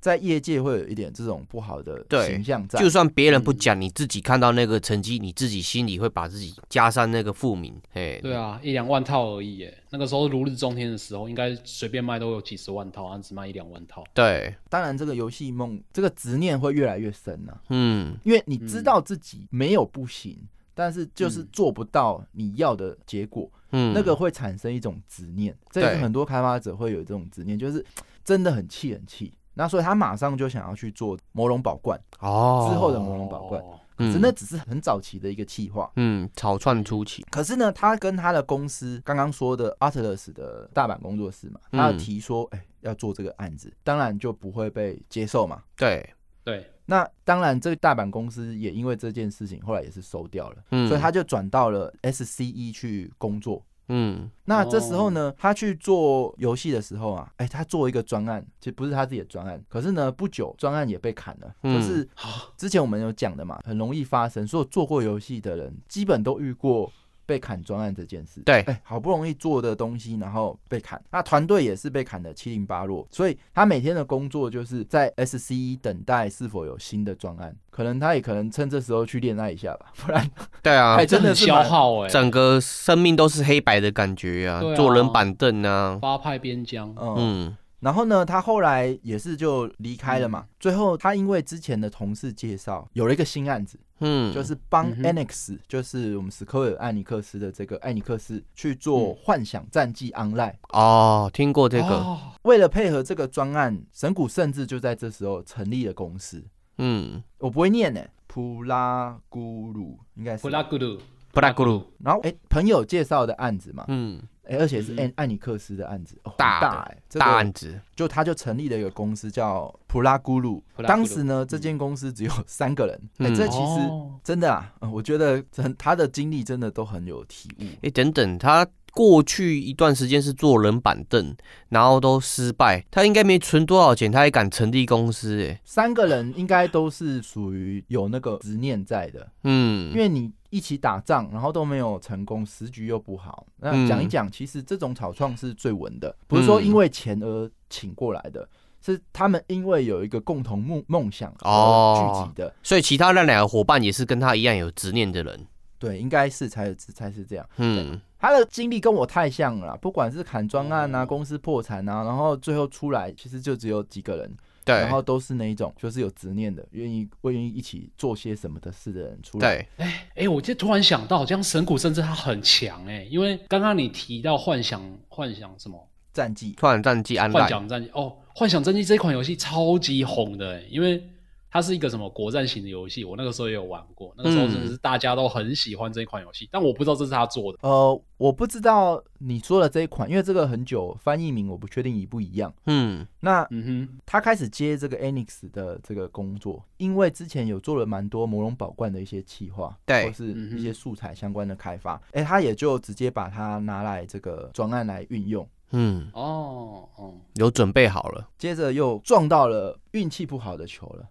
[SPEAKER 1] 在业界会有一点这种不好的
[SPEAKER 4] 对
[SPEAKER 1] 形象在。
[SPEAKER 4] 就算别人不讲，你自己看到那个成绩，你自己心里会把自己加上那个负
[SPEAKER 1] 嗯
[SPEAKER 4] 名，哎，
[SPEAKER 2] 对啊，一两万套而已耶。那个时候如日中天的时候，应该随便卖都有几十万套，啊，只卖一两万套。
[SPEAKER 4] 对，
[SPEAKER 1] 当然，这个游戏梦这个执念会越来越深呐、
[SPEAKER 4] 嗯，
[SPEAKER 1] 因为你知道自己没有不行，但是就是
[SPEAKER 2] 嗯
[SPEAKER 1] 做不到你要的结果，
[SPEAKER 4] 嗯，
[SPEAKER 1] 那个会产生一种执念。这也是
[SPEAKER 4] 对
[SPEAKER 1] 很多开发者会有这种执念，就是真的很气很气。那所以他马上就想要去做魔龙宝冠，
[SPEAKER 4] 哦
[SPEAKER 1] 之后的魔龙宝冠
[SPEAKER 2] 哦
[SPEAKER 1] 可是
[SPEAKER 4] 嗯
[SPEAKER 1] 那只是很早期的一个企划。
[SPEAKER 4] 嗯，草创初期，
[SPEAKER 1] 可是呢，他跟他的公司刚刚说的 Atlas 的大阪工作室嘛，
[SPEAKER 4] 嗯
[SPEAKER 1] 他有提说，哎、要做这个案子，当然就不会被接受嘛。
[SPEAKER 4] 对，
[SPEAKER 2] 对，
[SPEAKER 1] 那当然，这个大阪公司也因为这件事情，后来也是收掉了，
[SPEAKER 4] 嗯，
[SPEAKER 1] 所以他就转到了 SCE 去工作。
[SPEAKER 4] 嗯
[SPEAKER 1] 那这时候
[SPEAKER 4] 哦
[SPEAKER 1] 呢，他去做游戏的时候啊，哎、他做一个专案，其实不是他自己的专案，可是呢，不久专案也被砍了，
[SPEAKER 4] 嗯
[SPEAKER 1] 就是之前我们有讲的嘛，很容易发生，所有做过游戏的人基本都遇过被砍专案这件事。
[SPEAKER 4] 对
[SPEAKER 1] 哎、好不容易做的东西，然后被砍，那团队也是被砍的七零八落，所以他每天的工作就是在 SCE 等待是否有新的专案，可能他也可能趁这时候去恋爱一下吧，不然
[SPEAKER 4] 对啊
[SPEAKER 1] 哎，真的
[SPEAKER 2] 很
[SPEAKER 1] 是
[SPEAKER 2] 消
[SPEAKER 1] 蛮
[SPEAKER 2] 耗哎，
[SPEAKER 4] 整个生命都是黑白的感觉啊，
[SPEAKER 2] 对啊
[SPEAKER 4] 坐人板凳啊，
[SPEAKER 2] 八派边疆。
[SPEAKER 1] 嗯。
[SPEAKER 4] 嗯
[SPEAKER 1] 然后呢，他后来也是就离开了嘛。最后，他因为之前的同事介绍，有了一个新案子，
[SPEAKER 4] 嗯，
[SPEAKER 1] 就是帮
[SPEAKER 2] 嗯哼
[SPEAKER 1] Annex，、就是我们史科尔艾尼克斯的这个艾尼克斯去做《幻想战记 Online》。
[SPEAKER 4] 哦，听过这个，
[SPEAKER 2] 哦
[SPEAKER 1] 为了配合这个专案，神谷甚至就在这时候成立了公司。
[SPEAKER 4] 嗯，
[SPEAKER 1] 我不会念呢、欸普拉古鲁应该是
[SPEAKER 2] 普。拉古鲁，
[SPEAKER 4] 布拉古鲁，
[SPEAKER 1] 然后哎、朋友介绍的案子嘛，
[SPEAKER 4] 嗯，
[SPEAKER 1] 哎、而且是
[SPEAKER 2] 嗯
[SPEAKER 1] 艾艾尼克斯的案子，哦、很
[SPEAKER 4] 大的
[SPEAKER 1] 大哎、这个
[SPEAKER 4] 大案子，
[SPEAKER 1] 就他就成立了一个公司叫普拉咕噜
[SPEAKER 2] 普，拉咕噜
[SPEAKER 1] 当时呢，这间公司只有三个人，哎、
[SPEAKER 4] 嗯
[SPEAKER 1] 这其实
[SPEAKER 2] 哦
[SPEAKER 1] 真的啊，呃我觉得真他的经历真的都很有体悟，
[SPEAKER 4] 哎，等等，他过去一段时间是坐人板凳，然后都失败，他应该没存多少钱，他也敢成立公司，哎，
[SPEAKER 1] 三个人应该都是属于有那个执念在的，因
[SPEAKER 4] 嗯，
[SPEAKER 1] 为你一起打仗，然后都没有成功，时局又不好，那
[SPEAKER 4] 嗯
[SPEAKER 1] 讲一讲，其实这种草创是最稳的，不是说因为钱而请过来的。是他们因为有一个共同梦梦想
[SPEAKER 4] 哦
[SPEAKER 1] 而聚集的，
[SPEAKER 4] 所以其他那两个伙伴也是跟他一样有执念的人，
[SPEAKER 1] 对，应该是才才是这样。
[SPEAKER 4] 嗯，
[SPEAKER 1] 他的经历跟我太像了啦，不管是砍专案啊、
[SPEAKER 2] 哦
[SPEAKER 1] 公司破产啊，然后最后出来其实就只有几个人，
[SPEAKER 4] 对，
[SPEAKER 1] 然后都是那一种就是有执念的，愿意为愿意一起做些什么的事的人出来。
[SPEAKER 4] 对，
[SPEAKER 2] 哎、我这突然想到，这样神谷甚至他很强哎、因为刚刚你提到幻想幻想什么
[SPEAKER 1] 战绩
[SPEAKER 4] 突然战绩安
[SPEAKER 2] 幻
[SPEAKER 4] 澜，
[SPEAKER 2] 想战记哦，幻想战记这款游戏超级红的、欸，因为它是一个什么国战型的游戏，我那个时候也有玩过，那个时候
[SPEAKER 1] 嗯
[SPEAKER 2] 真的是大家都很喜欢这一款游戏，但我不知道这是他做的。
[SPEAKER 1] 呃，我不知道你说的这一款，因为这个很久，翻译名我不确定一不一样。
[SPEAKER 4] 嗯
[SPEAKER 1] 那
[SPEAKER 2] 嗯哼，
[SPEAKER 1] 他开始接这个 Anix 的这个工作，因为之前有做了蛮多魔龙宝冠的一些企划，
[SPEAKER 4] 对
[SPEAKER 1] 或是
[SPEAKER 2] 嗯哼
[SPEAKER 1] 一些素材相关的开发，哎、他也就直接把它拿来这个专案来运用。
[SPEAKER 4] 嗯，
[SPEAKER 2] 哦哦，
[SPEAKER 4] 有准备好了。
[SPEAKER 1] 接着又撞到了运气不好的球了。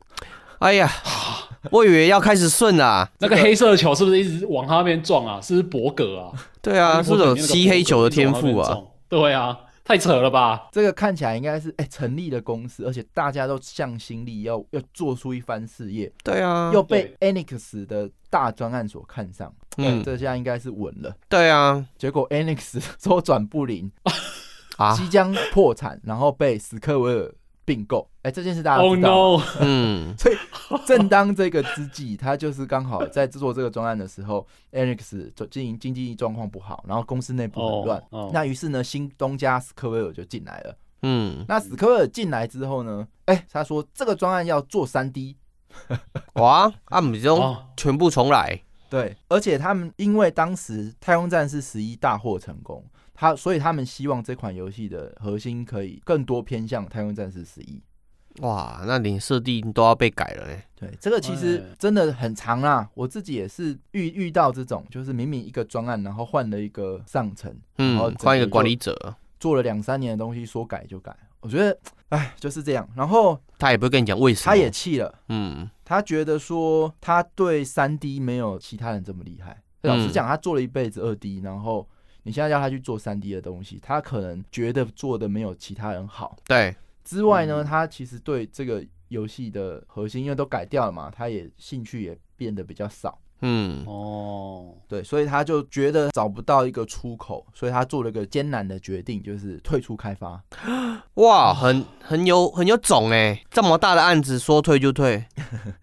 [SPEAKER 4] 哎呀，我以为要开始顺啊啦、
[SPEAKER 2] [laughs] 那个黑色的球是不是一直往他那边撞啊？是不是伯格啊？
[SPEAKER 4] 对啊，是不是有吸黑球的天赋
[SPEAKER 2] 一直往他那边
[SPEAKER 4] 啊。
[SPEAKER 2] 撞？对啊，太扯了吧！
[SPEAKER 1] 这个看起来应该是哎、成立了公司，而且大家都向心力要要做出一番事业，
[SPEAKER 4] 对
[SPEAKER 2] 嗯
[SPEAKER 4] 啊，
[SPEAKER 1] 又被 Anix 的大专案所看上，嗯，
[SPEAKER 4] 嗯，
[SPEAKER 1] 这下应该是稳了。
[SPEAKER 4] 对啊，
[SPEAKER 1] 结果 Anix [laughs] 周转不灵，
[SPEAKER 4] 啊，
[SPEAKER 1] 即将破产，然后被史克维尔并购。哎、这件事
[SPEAKER 4] 啊
[SPEAKER 1] 大家
[SPEAKER 2] Oh
[SPEAKER 1] 知道吗。
[SPEAKER 2] no！
[SPEAKER 4] 嗯，
[SPEAKER 1] 所以，正当这个之际，他就是刚好在制作这个专案的时候，Anix 就经营经济状况不好，然后公司内部很乱。
[SPEAKER 2] 哦哦
[SPEAKER 1] 那于是呢，新东家史克威尔就进来了。
[SPEAKER 2] [laughs]
[SPEAKER 4] 嗯，
[SPEAKER 1] 那史克威尔进来之后呢，哎、他说这个专案要做三 D，
[SPEAKER 4] 哇，啊，姆中
[SPEAKER 2] 哦，
[SPEAKER 4] 全部重来，
[SPEAKER 1] 对，而且他们因为当时《太空战士十一》大获成功，他所以他们希望这款游戏的核心可以更多偏向《太空战士十一》。
[SPEAKER 4] 哇，那连设定都要被改了呢。
[SPEAKER 1] 对，这个其实
[SPEAKER 2] 哎
[SPEAKER 1] 真的很长啦，我自己也是遇遇到这种，就是明明一个专案，然后换了一个上层，然后
[SPEAKER 4] 嗯
[SPEAKER 1] 整，个
[SPEAKER 4] 换一个
[SPEAKER 1] 就
[SPEAKER 4] 管理者，
[SPEAKER 1] 做了两三年的东西，说改就改。我觉得，哎，就是这样。然后
[SPEAKER 4] 他也不会跟你讲为什么，
[SPEAKER 1] 他也气了，
[SPEAKER 4] 嗯，
[SPEAKER 1] 他觉得说他对三 D 没有其他人这么厉害。老实讲，他做了一辈子二 D，然后你现在叫他去做三 D 的东西，他可能觉得做的没有其他人好。
[SPEAKER 4] 对，
[SPEAKER 1] 之外呢，他其实对这个游戏的核心，因为都改掉了嘛，他也兴趣也变得比较少。
[SPEAKER 4] 嗯，
[SPEAKER 2] 哦，
[SPEAKER 1] 对，所以他就觉得找不到一个出口，所以他做了一个艰难的决定，就是退出开发。
[SPEAKER 4] 哇，很很有很有种哎，这么大的案子说退就退，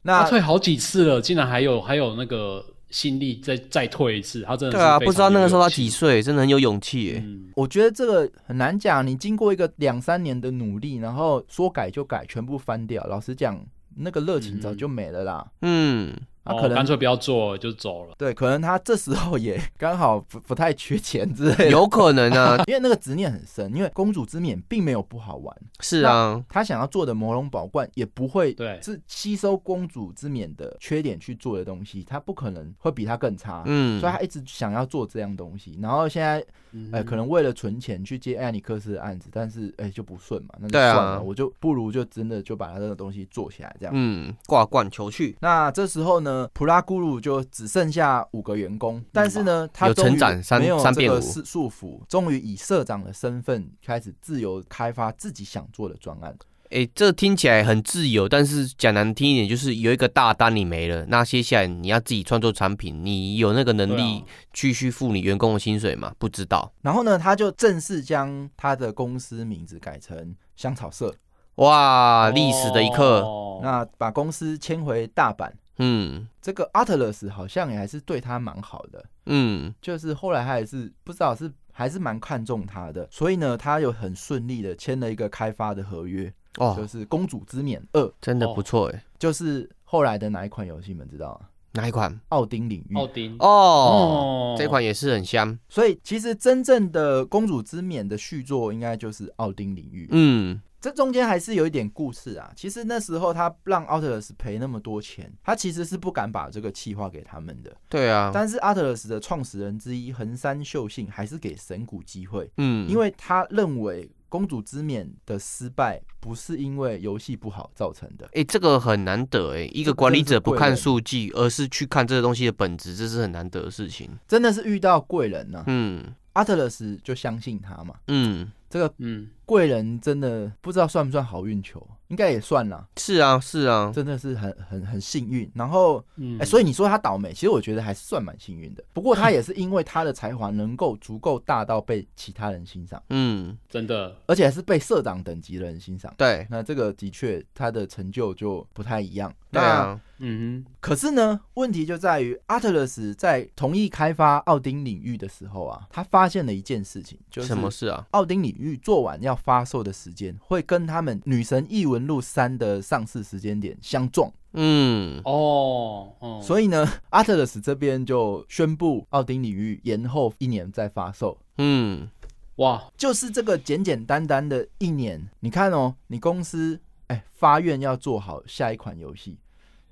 [SPEAKER 1] 那
[SPEAKER 2] 他退好几次了，竟然还有还有那个心力再再退一次，他真的
[SPEAKER 4] 对
[SPEAKER 2] 是
[SPEAKER 4] 啊，
[SPEAKER 2] 非
[SPEAKER 4] 不知道
[SPEAKER 2] 常
[SPEAKER 4] 那个
[SPEAKER 2] 有
[SPEAKER 4] 时候他
[SPEAKER 2] 勇气
[SPEAKER 4] 几，岁，真的很有勇气哎，
[SPEAKER 2] 嗯，
[SPEAKER 1] 我觉得这个很难讲，你经过一个两三年的努力，然后说改就改，全部翻掉。老实讲，那个热情早就没了啦。
[SPEAKER 4] 嗯，
[SPEAKER 1] 那、
[SPEAKER 2] 哦
[SPEAKER 1] 可能、
[SPEAKER 2] 干脆不要做了就走了。
[SPEAKER 1] 对，可能他这时候也刚好不不太缺钱之类
[SPEAKER 2] [laughs]
[SPEAKER 1] 的。
[SPEAKER 4] 有可能
[SPEAKER 1] [laughs]
[SPEAKER 4] 啊，
[SPEAKER 1] 因为那个执念很深，因为公主之冕并没有不好玩，
[SPEAKER 4] 是啊，
[SPEAKER 1] 他想要做的魔龙宝冠也不会
[SPEAKER 2] 对
[SPEAKER 1] 是吸收公主之冕的缺点去做的东西，他不可能会比他更差。
[SPEAKER 4] 嗯
[SPEAKER 1] 所以，他一直想要做这样东西，然后现在，
[SPEAKER 4] 哎
[SPEAKER 2] 嗯
[SPEAKER 1] 呃，
[SPEAKER 4] 嗯
[SPEAKER 1] 可能为了存钱去接艾尼克斯的案子，但是，哎、就不顺嘛，那就
[SPEAKER 4] 对啊
[SPEAKER 1] 算了，我就不如就真的就把他这个东西做起来这样。
[SPEAKER 4] 嗯，挂冠求去，
[SPEAKER 1] 那这时候呢，普拉咕噜就只剩下五个员工，但是呢，他
[SPEAKER 4] 嗯有
[SPEAKER 1] 终于
[SPEAKER 4] 成长三
[SPEAKER 1] 没有
[SPEAKER 4] 三
[SPEAKER 1] 这
[SPEAKER 4] 变
[SPEAKER 1] 个
[SPEAKER 4] 五
[SPEAKER 1] 束束缚，终于以社长的身份开始自由开发自己想做的专案。
[SPEAKER 4] 哎，这听起来很自由，但是讲难听一点，就是有一个大单你没了，那接下来你要自己创作产品，你有那个能力
[SPEAKER 2] 对啊
[SPEAKER 4] 继续付你员工的薪水吗？不知道，
[SPEAKER 1] 然后呢，他就正式将他的公司名字改成香草社，
[SPEAKER 4] 哇，啊历史的一刻，
[SPEAKER 2] 啊哦
[SPEAKER 1] 那把公司迁回大阪。
[SPEAKER 4] 嗯
[SPEAKER 1] 这个 Atlas 好像也还是对他蛮好的，
[SPEAKER 4] 嗯，
[SPEAKER 1] 就是后来他也是不知道是还是蛮看重他的，所以呢，他有很顺利的签了一个开发的合约，就
[SPEAKER 4] 哦，
[SPEAKER 1] 是《公主之冕二》，
[SPEAKER 4] 真的不错哎，
[SPEAKER 1] 就是后来的哪一款游戏，你们知道吗？
[SPEAKER 4] 哪一款？
[SPEAKER 1] 奥丁领域。
[SPEAKER 2] 奥丁
[SPEAKER 4] 哦，
[SPEAKER 2] 嗯
[SPEAKER 4] 这款也是很香，
[SPEAKER 1] 所以其实真正的《公主之冕》的续作应该就是奥丁领域。
[SPEAKER 4] 嗯
[SPEAKER 1] 这中间还是有一点故事啊。其实那时候他让奥特 s 赔那么多钱，他其实是不敢把这个企划给他们的。，
[SPEAKER 4] 对啊，
[SPEAKER 1] 但是 Atlas 的创始人之一横山秀幸还是给神谷机会，
[SPEAKER 4] 嗯，
[SPEAKER 1] 因为他认为公主之冕的失败不是因为游戏不好造成的。
[SPEAKER 4] 哎、这个很难得哎、一
[SPEAKER 1] 这
[SPEAKER 4] 个
[SPEAKER 1] 个
[SPEAKER 4] 管
[SPEAKER 1] 真
[SPEAKER 4] 理
[SPEAKER 1] 是
[SPEAKER 4] 者不
[SPEAKER 1] 贵
[SPEAKER 4] 看
[SPEAKER 1] 人
[SPEAKER 4] 数据，而是去看这个东西的本质，这是很难得的事情。
[SPEAKER 1] 真的是遇到贵人呢、
[SPEAKER 4] 嗯
[SPEAKER 1] Atlas 就相信他嘛。
[SPEAKER 4] 嗯，
[SPEAKER 1] 这个
[SPEAKER 2] 嗯，
[SPEAKER 1] 贵人真的不知道算不算好运球，应该也算啦，
[SPEAKER 4] 是啊是啊，
[SPEAKER 1] 真的是很很很幸运。然后
[SPEAKER 2] 嗯
[SPEAKER 1] 哎、所以你说他倒霉，其实我觉得还是算蛮幸运的。不过
[SPEAKER 4] 嗯
[SPEAKER 1] 他也是因为他的才华能够足够大到被其他人欣赏，
[SPEAKER 4] 嗯
[SPEAKER 2] 真的
[SPEAKER 1] 而且还是被社长等级的人欣赏。
[SPEAKER 4] 对
[SPEAKER 1] 那这个的确他的成就就不太一样。
[SPEAKER 4] 对啊，
[SPEAKER 2] 嗯哼
[SPEAKER 1] 那可是呢，问题就在于 Atlas 在同意开发奥丁领域的时候啊，他发现了一件事情，就是
[SPEAKER 4] 什么事啊？
[SPEAKER 1] 奥丁领域做完要发售的时间会跟他们《女神异闻录三》的上市时间点相撞。
[SPEAKER 4] 嗯
[SPEAKER 2] 哦哦，以
[SPEAKER 1] 所以呢，阿特勒斯这边就宣布奥丁领域延后一年再发售。
[SPEAKER 4] 嗯，
[SPEAKER 2] 哇，
[SPEAKER 1] 就是这个简简单单的一年，你看哦，你公司哎发愿要做好下一款游戏，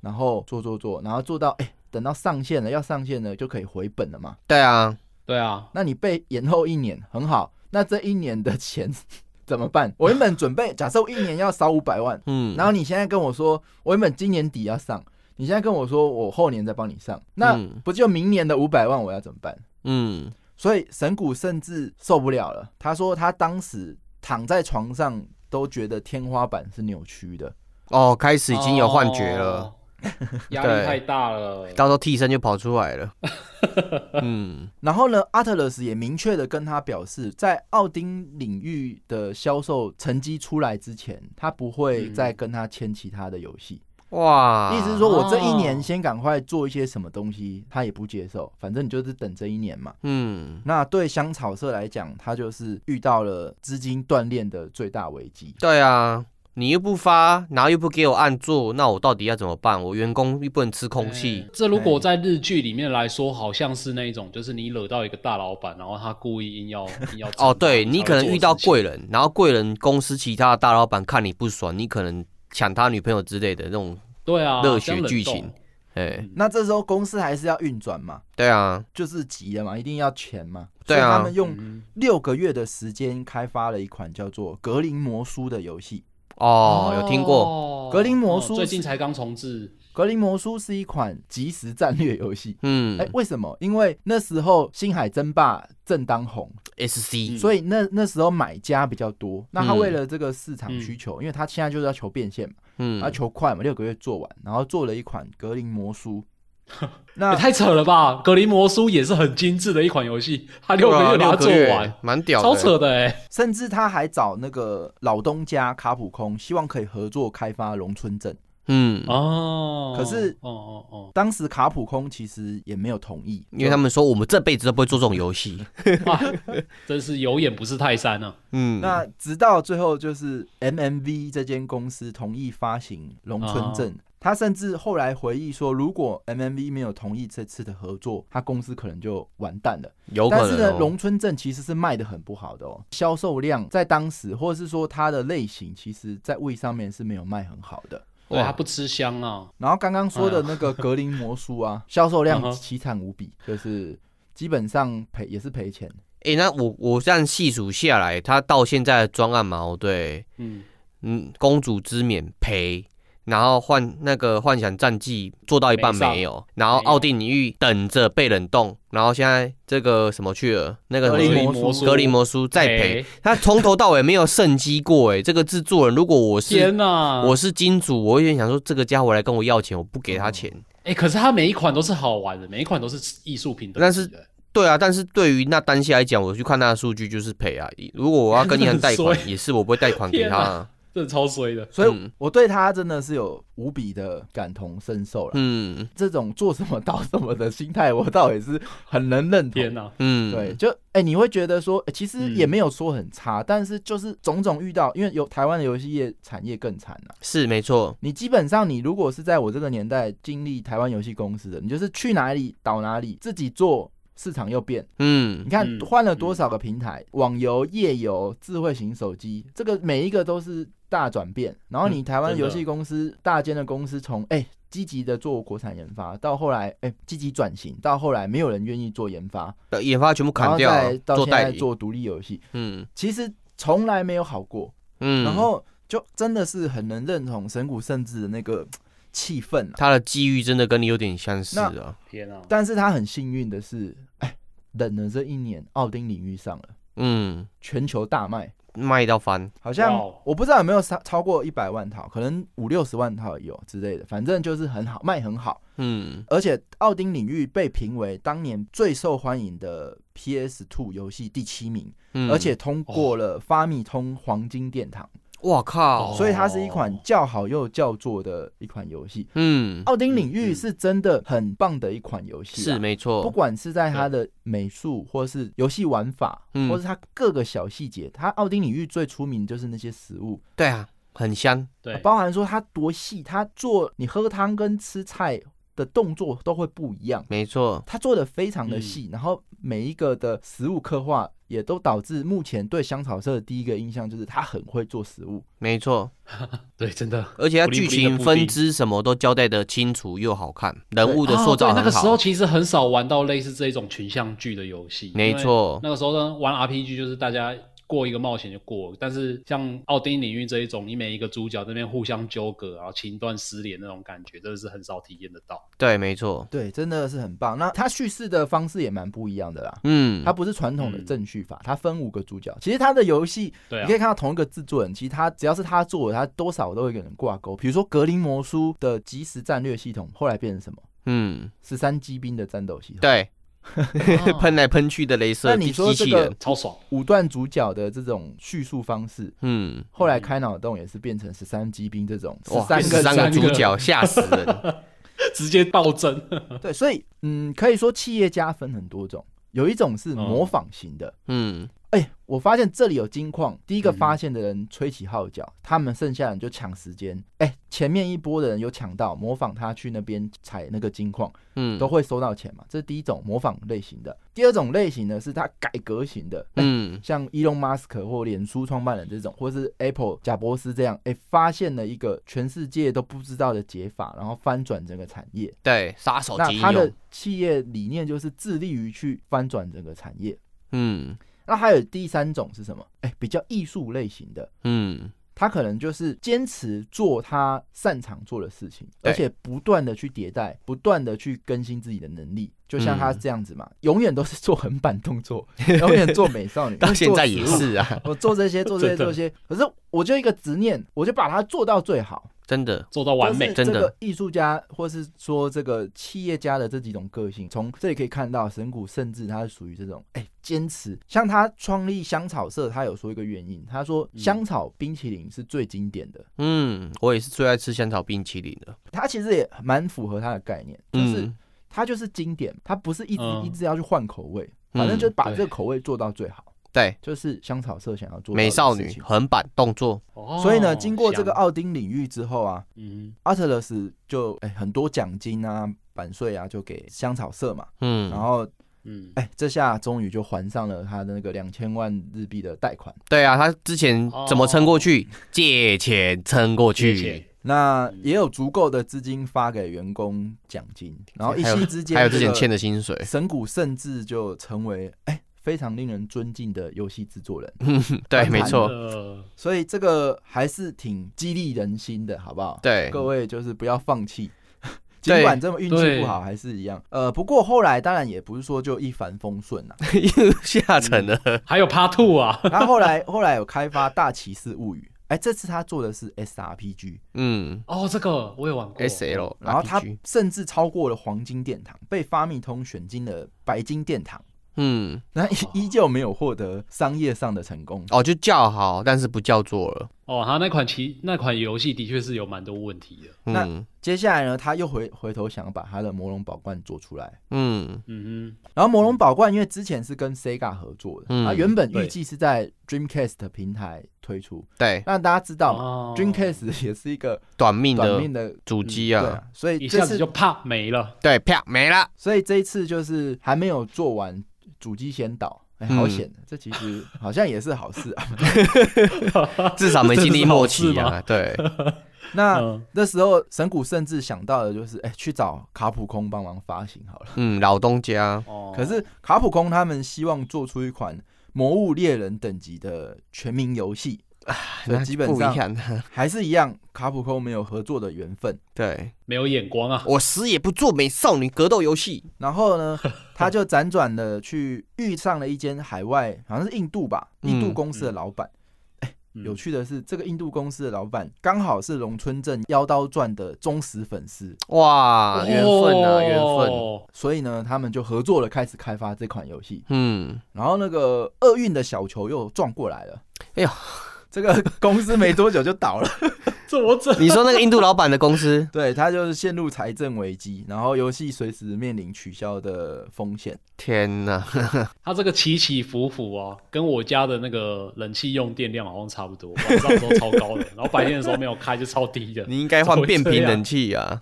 [SPEAKER 1] 然后做做做，然后做到哎等到上线了要上线了就可以回本了嘛。 [laughs]
[SPEAKER 4] 对啊，
[SPEAKER 2] 对啊，
[SPEAKER 1] 那你被延后一年很好，那这一年的钱怎么办？我原本准备假设我一年要烧五百万，
[SPEAKER 4] 嗯，
[SPEAKER 1] 然后你现在跟我说，我原本今年底要上，你现在跟我说我后年再帮你上，那
[SPEAKER 4] 嗯
[SPEAKER 1] 不就明年的五百万我要怎么办？
[SPEAKER 4] 嗯
[SPEAKER 1] 所以神谷甚至受不了了，他说他当时躺在床上都觉得天花板是扭曲的。
[SPEAKER 4] 哦，开始已经有幻觉了， [laughs]
[SPEAKER 2] 哦，压力
[SPEAKER 4] 对
[SPEAKER 2] 太大了，
[SPEAKER 4] 到时候替身就跑出来了。嗯
[SPEAKER 1] 然后呢，阿特勒斯也明确的跟他表示，在奥丁领域的销售成绩出来之前，他不会
[SPEAKER 2] 嗯
[SPEAKER 1] 再跟他签其他的游戏。
[SPEAKER 4] 哇，
[SPEAKER 1] 意思是说我这一
[SPEAKER 2] 哦
[SPEAKER 1] 年先赶快做一些什么东西，他也不接受，反正你就是等这一年嘛。
[SPEAKER 4] 嗯
[SPEAKER 1] 那对香草社来讲，它就是遇到了资金断裂的最大危机。
[SPEAKER 4] 对啊。你又不发，然后又不给我按做，那我到底要怎么办？我员工又不能吃空气，
[SPEAKER 2] 哎这如果在日剧里面来说，好像是那一种，就是你惹到一个大老板，然后他故意硬
[SPEAKER 4] [laughs]
[SPEAKER 2] 要硬要
[SPEAKER 4] 哦，对你可能遇到贵
[SPEAKER 2] 人，
[SPEAKER 4] 人，然后贵人公司其他的大老板看你不爽，你可能抢他女朋友之类的那种，
[SPEAKER 2] 对啊，
[SPEAKER 4] 热
[SPEAKER 2] 这样
[SPEAKER 4] 血
[SPEAKER 2] 冷
[SPEAKER 4] 剧
[SPEAKER 2] 冻
[SPEAKER 4] 情哎，
[SPEAKER 1] 那这时候公司还是要运转嘛，
[SPEAKER 4] 对啊，
[SPEAKER 1] 就是急了嘛，一定要钱嘛。
[SPEAKER 4] 对啊
[SPEAKER 1] 所以他们用
[SPEAKER 2] 嗯
[SPEAKER 1] 六个月的时间开发了一款叫做《格林魔书》的游戏。
[SPEAKER 4] 哦，有听过，
[SPEAKER 2] 哦
[SPEAKER 1] 格林魔术
[SPEAKER 2] 最近才刚重置，
[SPEAKER 1] 《格林魔书》是一款即时战略游戏。
[SPEAKER 4] 嗯
[SPEAKER 1] 哎、为什么？因为那时候星海争霸正当红，
[SPEAKER 4] ，S C，
[SPEAKER 1] 所以那那时候买家比较多。那他
[SPEAKER 4] 嗯
[SPEAKER 1] 为了这个市场需求，因为他现在就是要求变现嘛，
[SPEAKER 4] 嗯
[SPEAKER 1] 他，求快嘛，六个月做完，然后做了一款《格林魔书》。
[SPEAKER 4] [laughs]
[SPEAKER 1] 那
[SPEAKER 2] 哎也太扯了吧！格林魔术也是很精致的一款游戏，它六个
[SPEAKER 4] 对啊
[SPEAKER 2] 月把它
[SPEAKER 4] 六
[SPEAKER 2] 做
[SPEAKER 4] 个月
[SPEAKER 2] 完，
[SPEAKER 4] 蛮屌的，
[SPEAKER 2] 超扯的哎、
[SPEAKER 1] 甚至他还找那个老东家卡普空，希望可以合作开发《龙村镇》。
[SPEAKER 4] 嗯，
[SPEAKER 2] 哦，
[SPEAKER 1] 可是
[SPEAKER 2] 哦哦哦，
[SPEAKER 1] 当时卡普空其实也没有同意，
[SPEAKER 4] 因为他们说我们这辈子都不会做这种游戏，
[SPEAKER 2] 哇，真是有眼不识泰山啊！
[SPEAKER 4] 嗯，
[SPEAKER 1] 那直到最后，就是 MMV 这间公司同意发行《龙村镇》
[SPEAKER 2] 啊
[SPEAKER 1] 他甚至后来回忆说，如果 MMV 没有同意这次的合作，他公司可能就完蛋了。
[SPEAKER 4] 有
[SPEAKER 1] 但
[SPEAKER 4] 可
[SPEAKER 1] 是
[SPEAKER 4] 能
[SPEAKER 1] 呢，《
[SPEAKER 4] 哦
[SPEAKER 1] 龙村镇》其实是卖的很不好的哦，销售量在当时，或者是说它的类型，其实在位上面是没有卖很好的。
[SPEAKER 2] 对，
[SPEAKER 4] 哇
[SPEAKER 2] 它不吃香啊，
[SPEAKER 1] 然后刚刚说的那个格林魔术啊，销售
[SPEAKER 2] [laughs] 嗯哼
[SPEAKER 1] 量奇惨无比，就是基本上赔也是赔钱。
[SPEAKER 4] 诶，那我我这样细数下来，他到现在的专案嘛，哦对，
[SPEAKER 2] 嗯，
[SPEAKER 4] 嗯，公主之冕赔，然后幻那个幻想战绩做到一半
[SPEAKER 2] 没上
[SPEAKER 4] 没有，然后
[SPEAKER 2] 没有
[SPEAKER 4] 奥定领域等着被冷冻，然后现在这个什么去了，那个
[SPEAKER 1] 格林
[SPEAKER 4] 什么
[SPEAKER 1] 魔
[SPEAKER 2] 魔
[SPEAKER 1] 术
[SPEAKER 4] 格林魔术再
[SPEAKER 2] 哎
[SPEAKER 4] 赔，，他从头到尾没有胜机过，诶，这个制作人如果我是
[SPEAKER 2] 天哪！
[SPEAKER 4] 我是金主，我有点想说这个家伙来跟我要钱，我不给他钱。
[SPEAKER 2] 哎、可是它每一款都是好玩的，每一款都是艺术品的，
[SPEAKER 4] 但是对啊，但是对于那单下来讲，我去看他的数据就是赔啊。如果我要跟银行贷
[SPEAKER 2] [laughs] 很
[SPEAKER 4] 款，
[SPEAKER 2] 衰
[SPEAKER 4] 也是我不会贷款给他啊。
[SPEAKER 2] 真的超衰的。
[SPEAKER 1] 所以
[SPEAKER 4] 嗯
[SPEAKER 1] 我对他真的是有无比的感同身受了。
[SPEAKER 4] 嗯
[SPEAKER 1] 这种做什么到什么的心态，我倒也是很能认
[SPEAKER 2] 天
[SPEAKER 1] 同。
[SPEAKER 2] 哪！
[SPEAKER 4] 嗯，
[SPEAKER 1] 对，，就哎、你会觉得说、哎其实也没有说很差，但是就是种种遇到，因为有台湾的游戏业产业更惨了、
[SPEAKER 4] 是没错。
[SPEAKER 1] 你基本上，你如果是在我这个年代经历台湾游戏公司的，你就是去哪里倒哪里，自己做市场又变。
[SPEAKER 4] 嗯
[SPEAKER 1] 你，看
[SPEAKER 2] 嗯
[SPEAKER 1] 换了多少个平台，网游、页游、智慧型手机，这个每一个都是大转变。然
[SPEAKER 4] 嗯
[SPEAKER 1] 后你台湾
[SPEAKER 2] 真的
[SPEAKER 1] 游戏公司、大间的公司从哎积极的做国产研发，到后来哎积极转型，到后来没有人愿意做研发，
[SPEAKER 4] 把呃研发全部
[SPEAKER 1] 然
[SPEAKER 4] 砍
[SPEAKER 1] 后
[SPEAKER 4] 掉
[SPEAKER 1] 再，到
[SPEAKER 4] 做
[SPEAKER 1] 现
[SPEAKER 4] 代
[SPEAKER 1] 在
[SPEAKER 4] 理。
[SPEAKER 1] 做独立游戏，
[SPEAKER 4] 嗯
[SPEAKER 1] 其实从来没有好过。
[SPEAKER 4] 嗯，
[SPEAKER 1] 然后就真的是很能认同神谷圣治的那个气氛、啊，
[SPEAKER 4] 他的机遇真的跟你有点相似啊。
[SPEAKER 2] 天哪！
[SPEAKER 1] 但是他很幸运的是，哎忍了这一年，奥丁领域上了，
[SPEAKER 4] 嗯，
[SPEAKER 1] 全球大卖。
[SPEAKER 4] 卖到翻。
[SPEAKER 1] 好像
[SPEAKER 2] 哇哦
[SPEAKER 1] 我不知道有没有超超过一百万套，可能五六十万套有之类的，反正就是很好，卖很好。
[SPEAKER 4] 嗯，
[SPEAKER 1] 而且奥丁领域被评为当年最受欢迎的 PS Two 游戏第七名，
[SPEAKER 4] 嗯
[SPEAKER 1] 而且通过了发米通黄金殿堂，
[SPEAKER 4] 哇靠，
[SPEAKER 2] 哦
[SPEAKER 1] 所以它是一款较好又较做的一款游戏。
[SPEAKER 4] 嗯，
[SPEAKER 1] 奥丁领
[SPEAKER 2] 嗯
[SPEAKER 1] 域
[SPEAKER 2] 嗯
[SPEAKER 1] 是真的很棒的一款游戏啊，
[SPEAKER 4] 是没
[SPEAKER 1] 不
[SPEAKER 4] 错。
[SPEAKER 1] 管是在它的美术，或是游戏玩法，
[SPEAKER 4] 嗯
[SPEAKER 1] 或是它各个小细节，它奥丁领域最出名就是那些食物，
[SPEAKER 4] 对啊，很香。
[SPEAKER 2] 对，
[SPEAKER 1] 包含说它多细，它做你喝汤跟吃菜的动作都会不一样，
[SPEAKER 4] 没错，
[SPEAKER 1] 它做的非常的细，然后每一个的食物刻画也都导致目前对香草社的第一个印象就是它很会做食物，
[SPEAKER 4] 没错，
[SPEAKER 2] 对，真的。
[SPEAKER 4] 而且它
[SPEAKER 2] 布丁
[SPEAKER 4] 剧
[SPEAKER 2] 布丁的布
[SPEAKER 4] 情
[SPEAKER 2] 丁
[SPEAKER 4] 分支什么都交代的清楚又好看，人物的
[SPEAKER 2] 哦
[SPEAKER 4] 塑造
[SPEAKER 2] 对那
[SPEAKER 4] 很
[SPEAKER 2] 个时候
[SPEAKER 4] 好。
[SPEAKER 2] 其实很少玩到类似这种群像剧的游戏，
[SPEAKER 4] 没错
[SPEAKER 2] 因为那个时候呢，玩 RPG 就是大家。过一个冒险就过了，但是像奥丁领域这一种，你每一个主角这边互相纠葛，然后情断丝连那种感觉，真的是很少体验得到。
[SPEAKER 4] 对，没错。
[SPEAKER 1] 对，真的是很棒。那它叙事的方式也蛮不一样的啦。
[SPEAKER 4] 嗯，
[SPEAKER 1] 它不是传统的
[SPEAKER 2] 嗯
[SPEAKER 1] 正序法，它分五个主角。其实它的游戏
[SPEAKER 2] 对
[SPEAKER 1] 你
[SPEAKER 2] 啊
[SPEAKER 1] 可以，看到同一个制作人，其实他只要是他做的，他多少都会跟人挂钩。比如说《格林魔书》的即时战略系统，后来变成什么？
[SPEAKER 4] 嗯，
[SPEAKER 1] 十三机兵的战斗系统。
[SPEAKER 4] 对，
[SPEAKER 2] 哦
[SPEAKER 4] 喷来喷去的镭射
[SPEAKER 1] 那你
[SPEAKER 4] 机
[SPEAKER 1] 说
[SPEAKER 4] 机
[SPEAKER 1] 这
[SPEAKER 4] 器
[SPEAKER 1] 个
[SPEAKER 4] 人，
[SPEAKER 2] [laughs] 超爽，
[SPEAKER 1] 五段主角的这种叙述方式，
[SPEAKER 4] 嗯，
[SPEAKER 1] 后来开脑洞也是变成十三机兵这种十
[SPEAKER 4] 哇，
[SPEAKER 1] 三
[SPEAKER 4] 十
[SPEAKER 1] 个
[SPEAKER 4] 三个
[SPEAKER 2] 13
[SPEAKER 4] 主角吓死人，
[SPEAKER 1] [laughs]
[SPEAKER 2] 直接暴增。
[SPEAKER 1] 对，所以嗯，可以说企业家分很多种，有一种是模仿型的。
[SPEAKER 4] 嗯，
[SPEAKER 1] 哎、哎、我发现这里有金矿，第一个
[SPEAKER 4] 嗯
[SPEAKER 1] 发现的人吹起号角，他们剩下人就抢时间。哎、前面一波的人有抢到，模仿他去那边采那个金矿，
[SPEAKER 4] 嗯，
[SPEAKER 1] 都会收到钱嘛。这是第一种模仿类型的。第二种类型呢，是他改革型的，哎
[SPEAKER 4] 嗯
[SPEAKER 1] 像 Elon Musk 或脸书创办人这种，或是 Apple 贾伯斯这样，哎、发现了一个全世界都不知道的解法，然后翻转整个产业。
[SPEAKER 4] 对，杀手
[SPEAKER 1] 那
[SPEAKER 4] 级应
[SPEAKER 1] 他的
[SPEAKER 4] 哦用，
[SPEAKER 1] 企业理念就是致力于去翻转整个产业。
[SPEAKER 4] 嗯
[SPEAKER 1] 那还有第三种是什么？哎、比较艺术类型的，
[SPEAKER 4] 嗯
[SPEAKER 1] 他可能就是坚持做他擅长做的事情，
[SPEAKER 4] 对
[SPEAKER 1] 而且不断的去迭代，不断的去更新自己的能力，就像他
[SPEAKER 4] 嗯
[SPEAKER 1] 这样子嘛，永远都是做横版动作，永远做美少女，
[SPEAKER 4] [laughs] 到现在
[SPEAKER 1] 做
[SPEAKER 4] 也
[SPEAKER 1] 食物
[SPEAKER 4] 是啊，
[SPEAKER 1] 我做这些，做这些，
[SPEAKER 2] 真的
[SPEAKER 1] 做这些。可是我就一个执念，我就把它做到最好，
[SPEAKER 4] [laughs] 真的，
[SPEAKER 2] 做到完
[SPEAKER 1] 这
[SPEAKER 2] 美。
[SPEAKER 1] 是
[SPEAKER 4] 真的
[SPEAKER 1] 这个艺术家或是说这个企业家的这几种个性，从这里可以看到，神谷甚至他是属于这种哎坚持。像他创立香草社，他有说一个原因，他说
[SPEAKER 2] 嗯
[SPEAKER 1] 香草冰淇淋是最经典的。
[SPEAKER 4] 嗯，我也是最爱吃香草冰淇淋的，
[SPEAKER 1] 他其实也蛮符合他的概念，就是
[SPEAKER 4] 嗯
[SPEAKER 1] 他就是经典，他不是一直
[SPEAKER 2] 嗯
[SPEAKER 1] 一直要去换口味，反正就把这个口味做到最好，
[SPEAKER 4] 对，
[SPEAKER 1] 就是香草社想要做到的
[SPEAKER 4] 美少
[SPEAKER 1] 事
[SPEAKER 4] 女
[SPEAKER 1] 情
[SPEAKER 4] 横版动作，
[SPEAKER 2] 哦
[SPEAKER 1] 所以呢，经过这个
[SPEAKER 2] 香
[SPEAKER 1] 奥丁领域之后啊，
[SPEAKER 2] 嗯，
[SPEAKER 1] Atlas 就哎、很多奖金啊、版税啊，就给香草社嘛。
[SPEAKER 4] 嗯，
[SPEAKER 1] 然后
[SPEAKER 2] 嗯，
[SPEAKER 1] 哎、这下终于就还上了他的那个两千万日币的贷款。
[SPEAKER 4] 对啊，他之前
[SPEAKER 1] 哦
[SPEAKER 4] 怎么撑过去？借钱撑过
[SPEAKER 2] 谢谢
[SPEAKER 4] 去，。
[SPEAKER 1] 那也有足够的资金发给员工奖金，然后一
[SPEAKER 4] 还有
[SPEAKER 1] 夕之间，
[SPEAKER 4] 还有之前欠的薪水， [laughs]
[SPEAKER 1] 神谷甚至就成为哎、非常令人尊敬的游戏制作人，
[SPEAKER 4] 对，
[SPEAKER 1] 还
[SPEAKER 4] 没错，
[SPEAKER 2] 呃，
[SPEAKER 1] 所以这个还是挺激励人心的，好不好？
[SPEAKER 4] 对， [laughs]
[SPEAKER 1] 各位就是不要放弃。 [laughs] 尽
[SPEAKER 4] 对
[SPEAKER 1] 管这么运气
[SPEAKER 2] 对
[SPEAKER 1] 不好，还是一样。呃，不过后来当然也不是说就一帆风顺啊，
[SPEAKER 4] 又下沉了，
[SPEAKER 2] 还有 Part Two 啊，
[SPEAKER 1] 然后后来后来有开发《大骑士物语》，哎，这次他做的是 SRPG，
[SPEAKER 4] 嗯
[SPEAKER 2] 哦，这个我也玩过。
[SPEAKER 4] ，S L，
[SPEAKER 1] 哦然后他甚至超过了黄金殿堂，被发米通选进了白金殿堂，
[SPEAKER 4] 嗯，
[SPEAKER 1] 那
[SPEAKER 2] 哦
[SPEAKER 1] 依依旧没有获得商业上的成功。
[SPEAKER 4] 哦，就叫好，但是不叫做了，
[SPEAKER 2] 哦，他那款其那款游戏的确是有蛮多问题的。
[SPEAKER 1] 那
[SPEAKER 4] 嗯
[SPEAKER 1] 接下来呢，他又回回头想把他的魔龙宝冠做出来。
[SPEAKER 4] 嗯
[SPEAKER 2] 嗯
[SPEAKER 1] 然后魔龙宝冠因为之前是跟 Sega 合作的，
[SPEAKER 4] 嗯
[SPEAKER 1] 啊，原本预
[SPEAKER 2] 对
[SPEAKER 1] 计是在 Dreamcast 平台推出，
[SPEAKER 4] 对，
[SPEAKER 1] 但大家知
[SPEAKER 2] 哼，
[SPEAKER 1] 道嘛、
[SPEAKER 4] 啊
[SPEAKER 2] 哦
[SPEAKER 1] Dreamcast 也是一个
[SPEAKER 4] 短命
[SPEAKER 1] 短
[SPEAKER 4] 的
[SPEAKER 1] 命的，
[SPEAKER 4] 主机
[SPEAKER 1] 对
[SPEAKER 4] 啊，
[SPEAKER 1] 啊，所以
[SPEAKER 2] 一
[SPEAKER 1] 这
[SPEAKER 2] 下
[SPEAKER 1] 次
[SPEAKER 2] 子就啪没了。
[SPEAKER 4] 对，啪
[SPEAKER 1] [laughs]
[SPEAKER 4] 没了，
[SPEAKER 1] 所以这一次就是还没有做完，主机先倒，哎、好
[SPEAKER 4] 嗯
[SPEAKER 1] 险！这其实好像也是好事
[SPEAKER 4] [laughs]
[SPEAKER 1] 啊。
[SPEAKER 4] 至少没经历末期
[SPEAKER 2] 这是好事
[SPEAKER 4] 啊，对，
[SPEAKER 1] 那
[SPEAKER 2] 嗯，
[SPEAKER 1] 那时候神谷甚至想到的就是，哎、去找卡普空帮忙发行好了。
[SPEAKER 4] 嗯，老东家，
[SPEAKER 2] 哦
[SPEAKER 1] 可是卡普空他们希望做出一款《魔物猎人》等级的全民游戏， [laughs] 所以
[SPEAKER 4] 啊那
[SPEAKER 1] 基本
[SPEAKER 4] 不一
[SPEAKER 1] 上
[SPEAKER 4] 样
[SPEAKER 1] [laughs]
[SPEAKER 4] 啊，
[SPEAKER 1] 还是一样，卡普空没有合作的缘分。
[SPEAKER 4] 对
[SPEAKER 2] 没有眼光啊。
[SPEAKER 4] 我死也不做美少女格斗游戏，
[SPEAKER 1] 然后
[SPEAKER 4] [laughs]
[SPEAKER 1] 呢，他就辗转的去遇上了一间海外，好像是印度吧，印度
[SPEAKER 4] 嗯
[SPEAKER 1] 公司的
[SPEAKER 2] 嗯
[SPEAKER 1] 老板。
[SPEAKER 2] 嗯
[SPEAKER 1] 有趣的是，这个印度公司的老板刚好是龙村镇妖刀传的忠实粉丝，
[SPEAKER 4] 哇，缘分啊，缘分，
[SPEAKER 2] 哦
[SPEAKER 1] 所以呢，他们就合作了，开始开发这款游戏。
[SPEAKER 4] 嗯，
[SPEAKER 1] 然后那个厄运的小球又撞过来了，
[SPEAKER 4] 哎呦，
[SPEAKER 1] 这个公司没多久就倒了，，
[SPEAKER 2] 这 [laughs] 我怎
[SPEAKER 4] 你说那个印度老板的公司
[SPEAKER 1] 对他就是陷入财政危机，然后游戏随时面临取消的风险。
[SPEAKER 4] 天哪！
[SPEAKER 1] [laughs]
[SPEAKER 2] 它这个起起伏伏哦，跟我家的那个冷气用电量好像差不多，晚上的时候超高的，然后白天的时候没有开就超低的。
[SPEAKER 4] 你应该换变频冷气啊！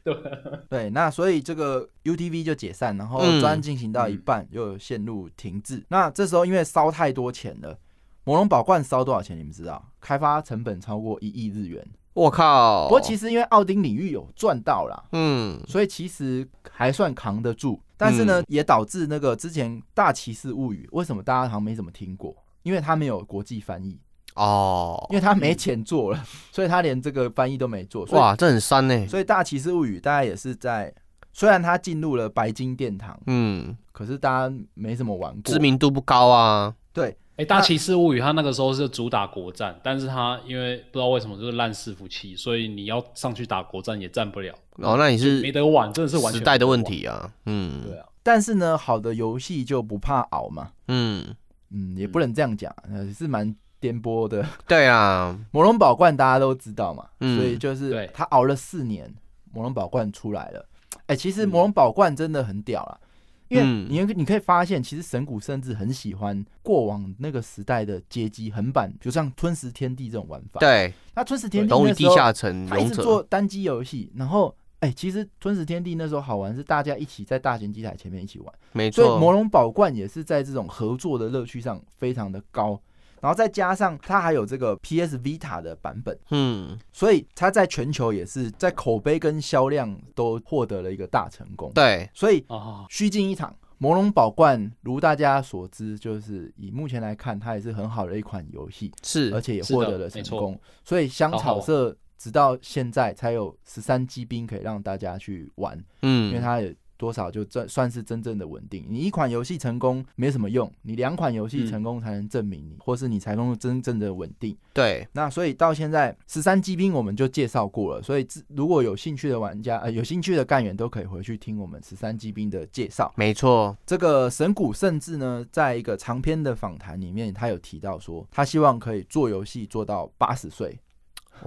[SPEAKER 1] 对，那所以这个 UTV 就解散，然后
[SPEAKER 4] 嗯
[SPEAKER 1] 专案进行到一半又陷入停滞。那这时候因为烧太多钱了，魔龙宝冠烧多少钱？你们知道？开发成本超过一亿日元。
[SPEAKER 4] 我靠！
[SPEAKER 1] 不过其
[SPEAKER 4] 实，
[SPEAKER 1] 实因为奥丁领域有赚到啦，
[SPEAKER 4] 嗯，
[SPEAKER 1] 所以其实还算扛得住。但是呢，也导致那个之前《大骑士物语》为什么大家好像没怎么听过？因为它没有国际翻译，
[SPEAKER 4] 哦
[SPEAKER 1] 因，为它没钱做了， [laughs] 所以它连这个翻译都没做。所以
[SPEAKER 4] 哇，这很酸呢。
[SPEAKER 1] 所以《大骑士物语》大概也是在，虽然它进入了白金殿堂，
[SPEAKER 4] 嗯，
[SPEAKER 1] 可是大家没怎么玩过。
[SPEAKER 4] 知名度不高啊。
[SPEAKER 1] 对，
[SPEAKER 2] 哎、大骑士物语它那个时候是主打国战，但是它因为不知道为什么就是烂伺服器，所以你要上去打国战也战不了，
[SPEAKER 4] 哦，那你是
[SPEAKER 2] 没得玩，真的是完全
[SPEAKER 4] 时代的
[SPEAKER 2] 没得玩
[SPEAKER 4] 问。题啊。
[SPEAKER 2] 对
[SPEAKER 4] 嗯
[SPEAKER 2] 啊，
[SPEAKER 1] 但是呢，好的游戏就不怕熬嘛。
[SPEAKER 4] 嗯，
[SPEAKER 1] 嗯，也不能这样讲，呃，是蛮颠簸的。
[SPEAKER 4] 对啊，
[SPEAKER 1] 魔龙宝冠大家都知道嘛，
[SPEAKER 4] 嗯
[SPEAKER 1] 所以就是
[SPEAKER 2] 对
[SPEAKER 1] 他熬了四年，魔龙宝冠出来了。哎、其实
[SPEAKER 2] 嗯
[SPEAKER 1] 魔龙宝冠真的很屌啦。啊因为
[SPEAKER 4] 嗯
[SPEAKER 1] 你你可以发现，其实神谷甚至很喜欢过往那个时代的街机横版，比如像《吞食天地》这种玩法。，
[SPEAKER 4] 对，
[SPEAKER 1] 那《吞食天地》
[SPEAKER 4] 龙与
[SPEAKER 1] 那
[SPEAKER 4] 地
[SPEAKER 1] 时候
[SPEAKER 4] 下城、
[SPEAKER 1] 他一
[SPEAKER 4] 嗯勇
[SPEAKER 1] 直做
[SPEAKER 4] 者，
[SPEAKER 1] 单机游戏，然后哎、其实《吞食天地》那时候好玩是大家一起在大型机台前面一起玩，
[SPEAKER 4] 没
[SPEAKER 1] 所以
[SPEAKER 4] 错，
[SPEAKER 1] 魔龙宝冠也是在这种合作的乐趣上非常的高，然后再加上它还有这个 PS Vita 的版本。
[SPEAKER 4] 嗯，
[SPEAKER 1] 所以它在全球也是在口碑跟销量都获得了一个大成功。，
[SPEAKER 4] 对，
[SPEAKER 1] 所以
[SPEAKER 2] 啊，
[SPEAKER 1] 虚惊一场，《魔龙宝冠》如大家所知，就是以目前来看，它也是很好的一款游戏，而
[SPEAKER 4] 是，
[SPEAKER 1] 且也
[SPEAKER 2] 是的
[SPEAKER 1] 获得了成
[SPEAKER 2] 没
[SPEAKER 1] 功。所以香草社直到现在才有十三机兵可以让大家去玩，因为
[SPEAKER 4] 嗯，
[SPEAKER 1] 它也。多少就算算是真正的稳定。你一款游戏成功没什么用，你两款游戏
[SPEAKER 2] 嗯
[SPEAKER 1] 成功才能证明你，或是你才能够真正的稳定。
[SPEAKER 4] 对，
[SPEAKER 1] 那所以到现在十三机兵我们就介绍过了，所以自如果有兴趣的玩家，呃，有兴趣的干员都可以回去听我们十三机兵的介绍。
[SPEAKER 4] 没错，
[SPEAKER 1] 这个神谷甚至呢，在一个长篇的访谈里面，他有提到说，他希望可以做游戏做到八十岁。嗯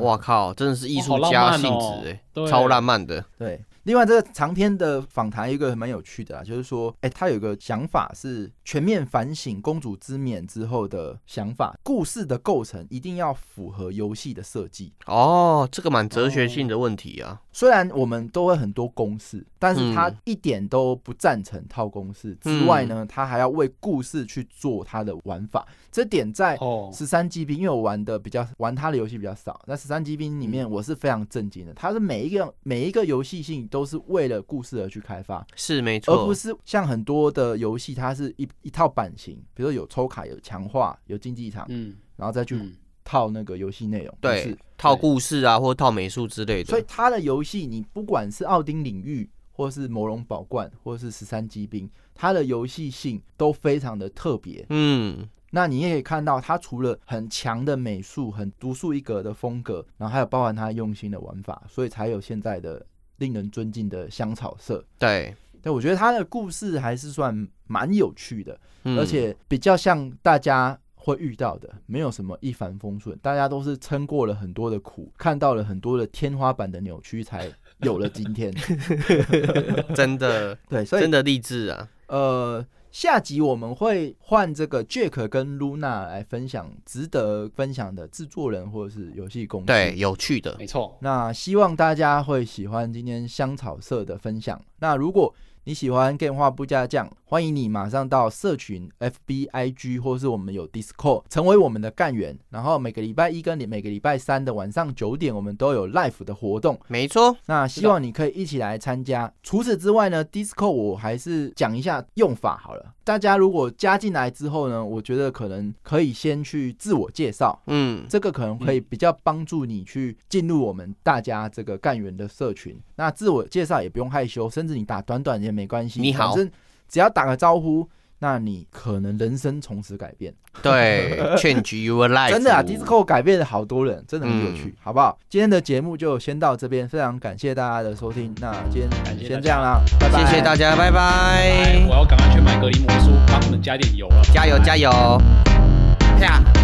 [SPEAKER 4] 哇靠，真的是艺
[SPEAKER 2] 哇
[SPEAKER 4] 术
[SPEAKER 2] 好浪
[SPEAKER 4] 家
[SPEAKER 2] 漫
[SPEAKER 4] 性
[SPEAKER 2] 哦
[SPEAKER 4] 质哎，
[SPEAKER 2] 对
[SPEAKER 4] 超浪漫的，
[SPEAKER 1] 对，另外这个长篇的访谈有一个蛮有趣的啊，就是说，哎、他有个想法是全面反省《公主之冕》之后的想法，故事的构成一定要符合游戏的设计。
[SPEAKER 4] 哦，这个蛮哲学性
[SPEAKER 1] 哦
[SPEAKER 4] 的问题啊，
[SPEAKER 1] 虽然我们都会很多公式，但是他
[SPEAKER 4] 嗯
[SPEAKER 1] 一点都不赞成套公式。之外呢，他还要为故事去做他的玩法，这点在。
[SPEAKER 2] 哦，
[SPEAKER 1] 十三机兵，因为我玩的比较玩他的游戏比较少，那十三机兵里
[SPEAKER 4] 嗯
[SPEAKER 1] 面我是非常震惊的，它是每一个每一个游戏性都是为了故事而去开发，
[SPEAKER 4] 是没
[SPEAKER 1] 而不
[SPEAKER 4] 错，
[SPEAKER 1] 是像很多的游戏，它是一一套版型，比如说有抽卡、有强化、有竞技场，
[SPEAKER 2] 嗯
[SPEAKER 1] 然后再去
[SPEAKER 2] 嗯，
[SPEAKER 1] 套那个游戏内容。不是
[SPEAKER 4] 对，套故事啊，或套美术之类
[SPEAKER 1] 所以
[SPEAKER 4] 的，
[SPEAKER 1] 他的游戏，你不管是奥丁领域，或是魔龙宝冠，或是十三机兵，它的游戏性都非常的特别。
[SPEAKER 4] 嗯，
[SPEAKER 1] 那你也可以看到，它除了很强的美术、很独树一格的风格，然后还有包含它用心的玩法，所以才有现在的令人尊敬的香草社。
[SPEAKER 4] 对，
[SPEAKER 1] 对，我觉得它的故事还是算蛮有趣的，
[SPEAKER 4] 嗯
[SPEAKER 1] 而且比较像大家会遇到的，没有什么一帆风顺，大家都是撑过了很多的苦，看到了很多的天花板的扭曲，才有了今天。
[SPEAKER 4] 真的
[SPEAKER 1] 对，所
[SPEAKER 4] 真
[SPEAKER 1] 以
[SPEAKER 4] 的励志啊，
[SPEAKER 1] 呃，下集我们会换这个 Jack 跟 Luna 来分享值得分享的制作人或者嗯是游戏公司。
[SPEAKER 4] 对，有趣的，
[SPEAKER 2] 没错，
[SPEAKER 1] 那希望大家会喜欢今天香草社的分享。那如果你喜欢 Game 话不加酱，欢迎你马上到社群 FB、IG 或是我们有 Discord 成为我们的干员。然后每个礼拜一跟每个礼拜三的晚上九点，我们都有 Live 的活动。
[SPEAKER 4] 没错，
[SPEAKER 1] 那希望你可以一起来参加。除此之外呢，Discord 我还是讲一下用法好了。大家如果加进来之后呢，我觉得可能可以先去自我介绍，
[SPEAKER 4] 嗯，
[SPEAKER 1] 这个可能可以比较帮助你去进入我们大家这个干员的社群。那自我介绍也不用害羞，甚至你打短短也没关系，
[SPEAKER 4] 你好
[SPEAKER 1] 反正只要打个招呼，那你可能人生从此改变。
[SPEAKER 4] 对，change your life，
[SPEAKER 1] 真的啊，Disco 改变了好多人，真的很有趣，
[SPEAKER 4] 嗯
[SPEAKER 1] 好不好？今天的节目就先到这边，非常感谢大家的收听。那今
[SPEAKER 2] 感
[SPEAKER 1] 天
[SPEAKER 2] 谢
[SPEAKER 1] 先
[SPEAKER 2] 大家
[SPEAKER 1] 这样啦，拜拜，
[SPEAKER 4] 谢谢大家，拜
[SPEAKER 2] 哎，
[SPEAKER 4] 拜
[SPEAKER 2] 啊我，要赶快去买隔离魔术，帮我们加点油了，
[SPEAKER 4] 加油加油，啪。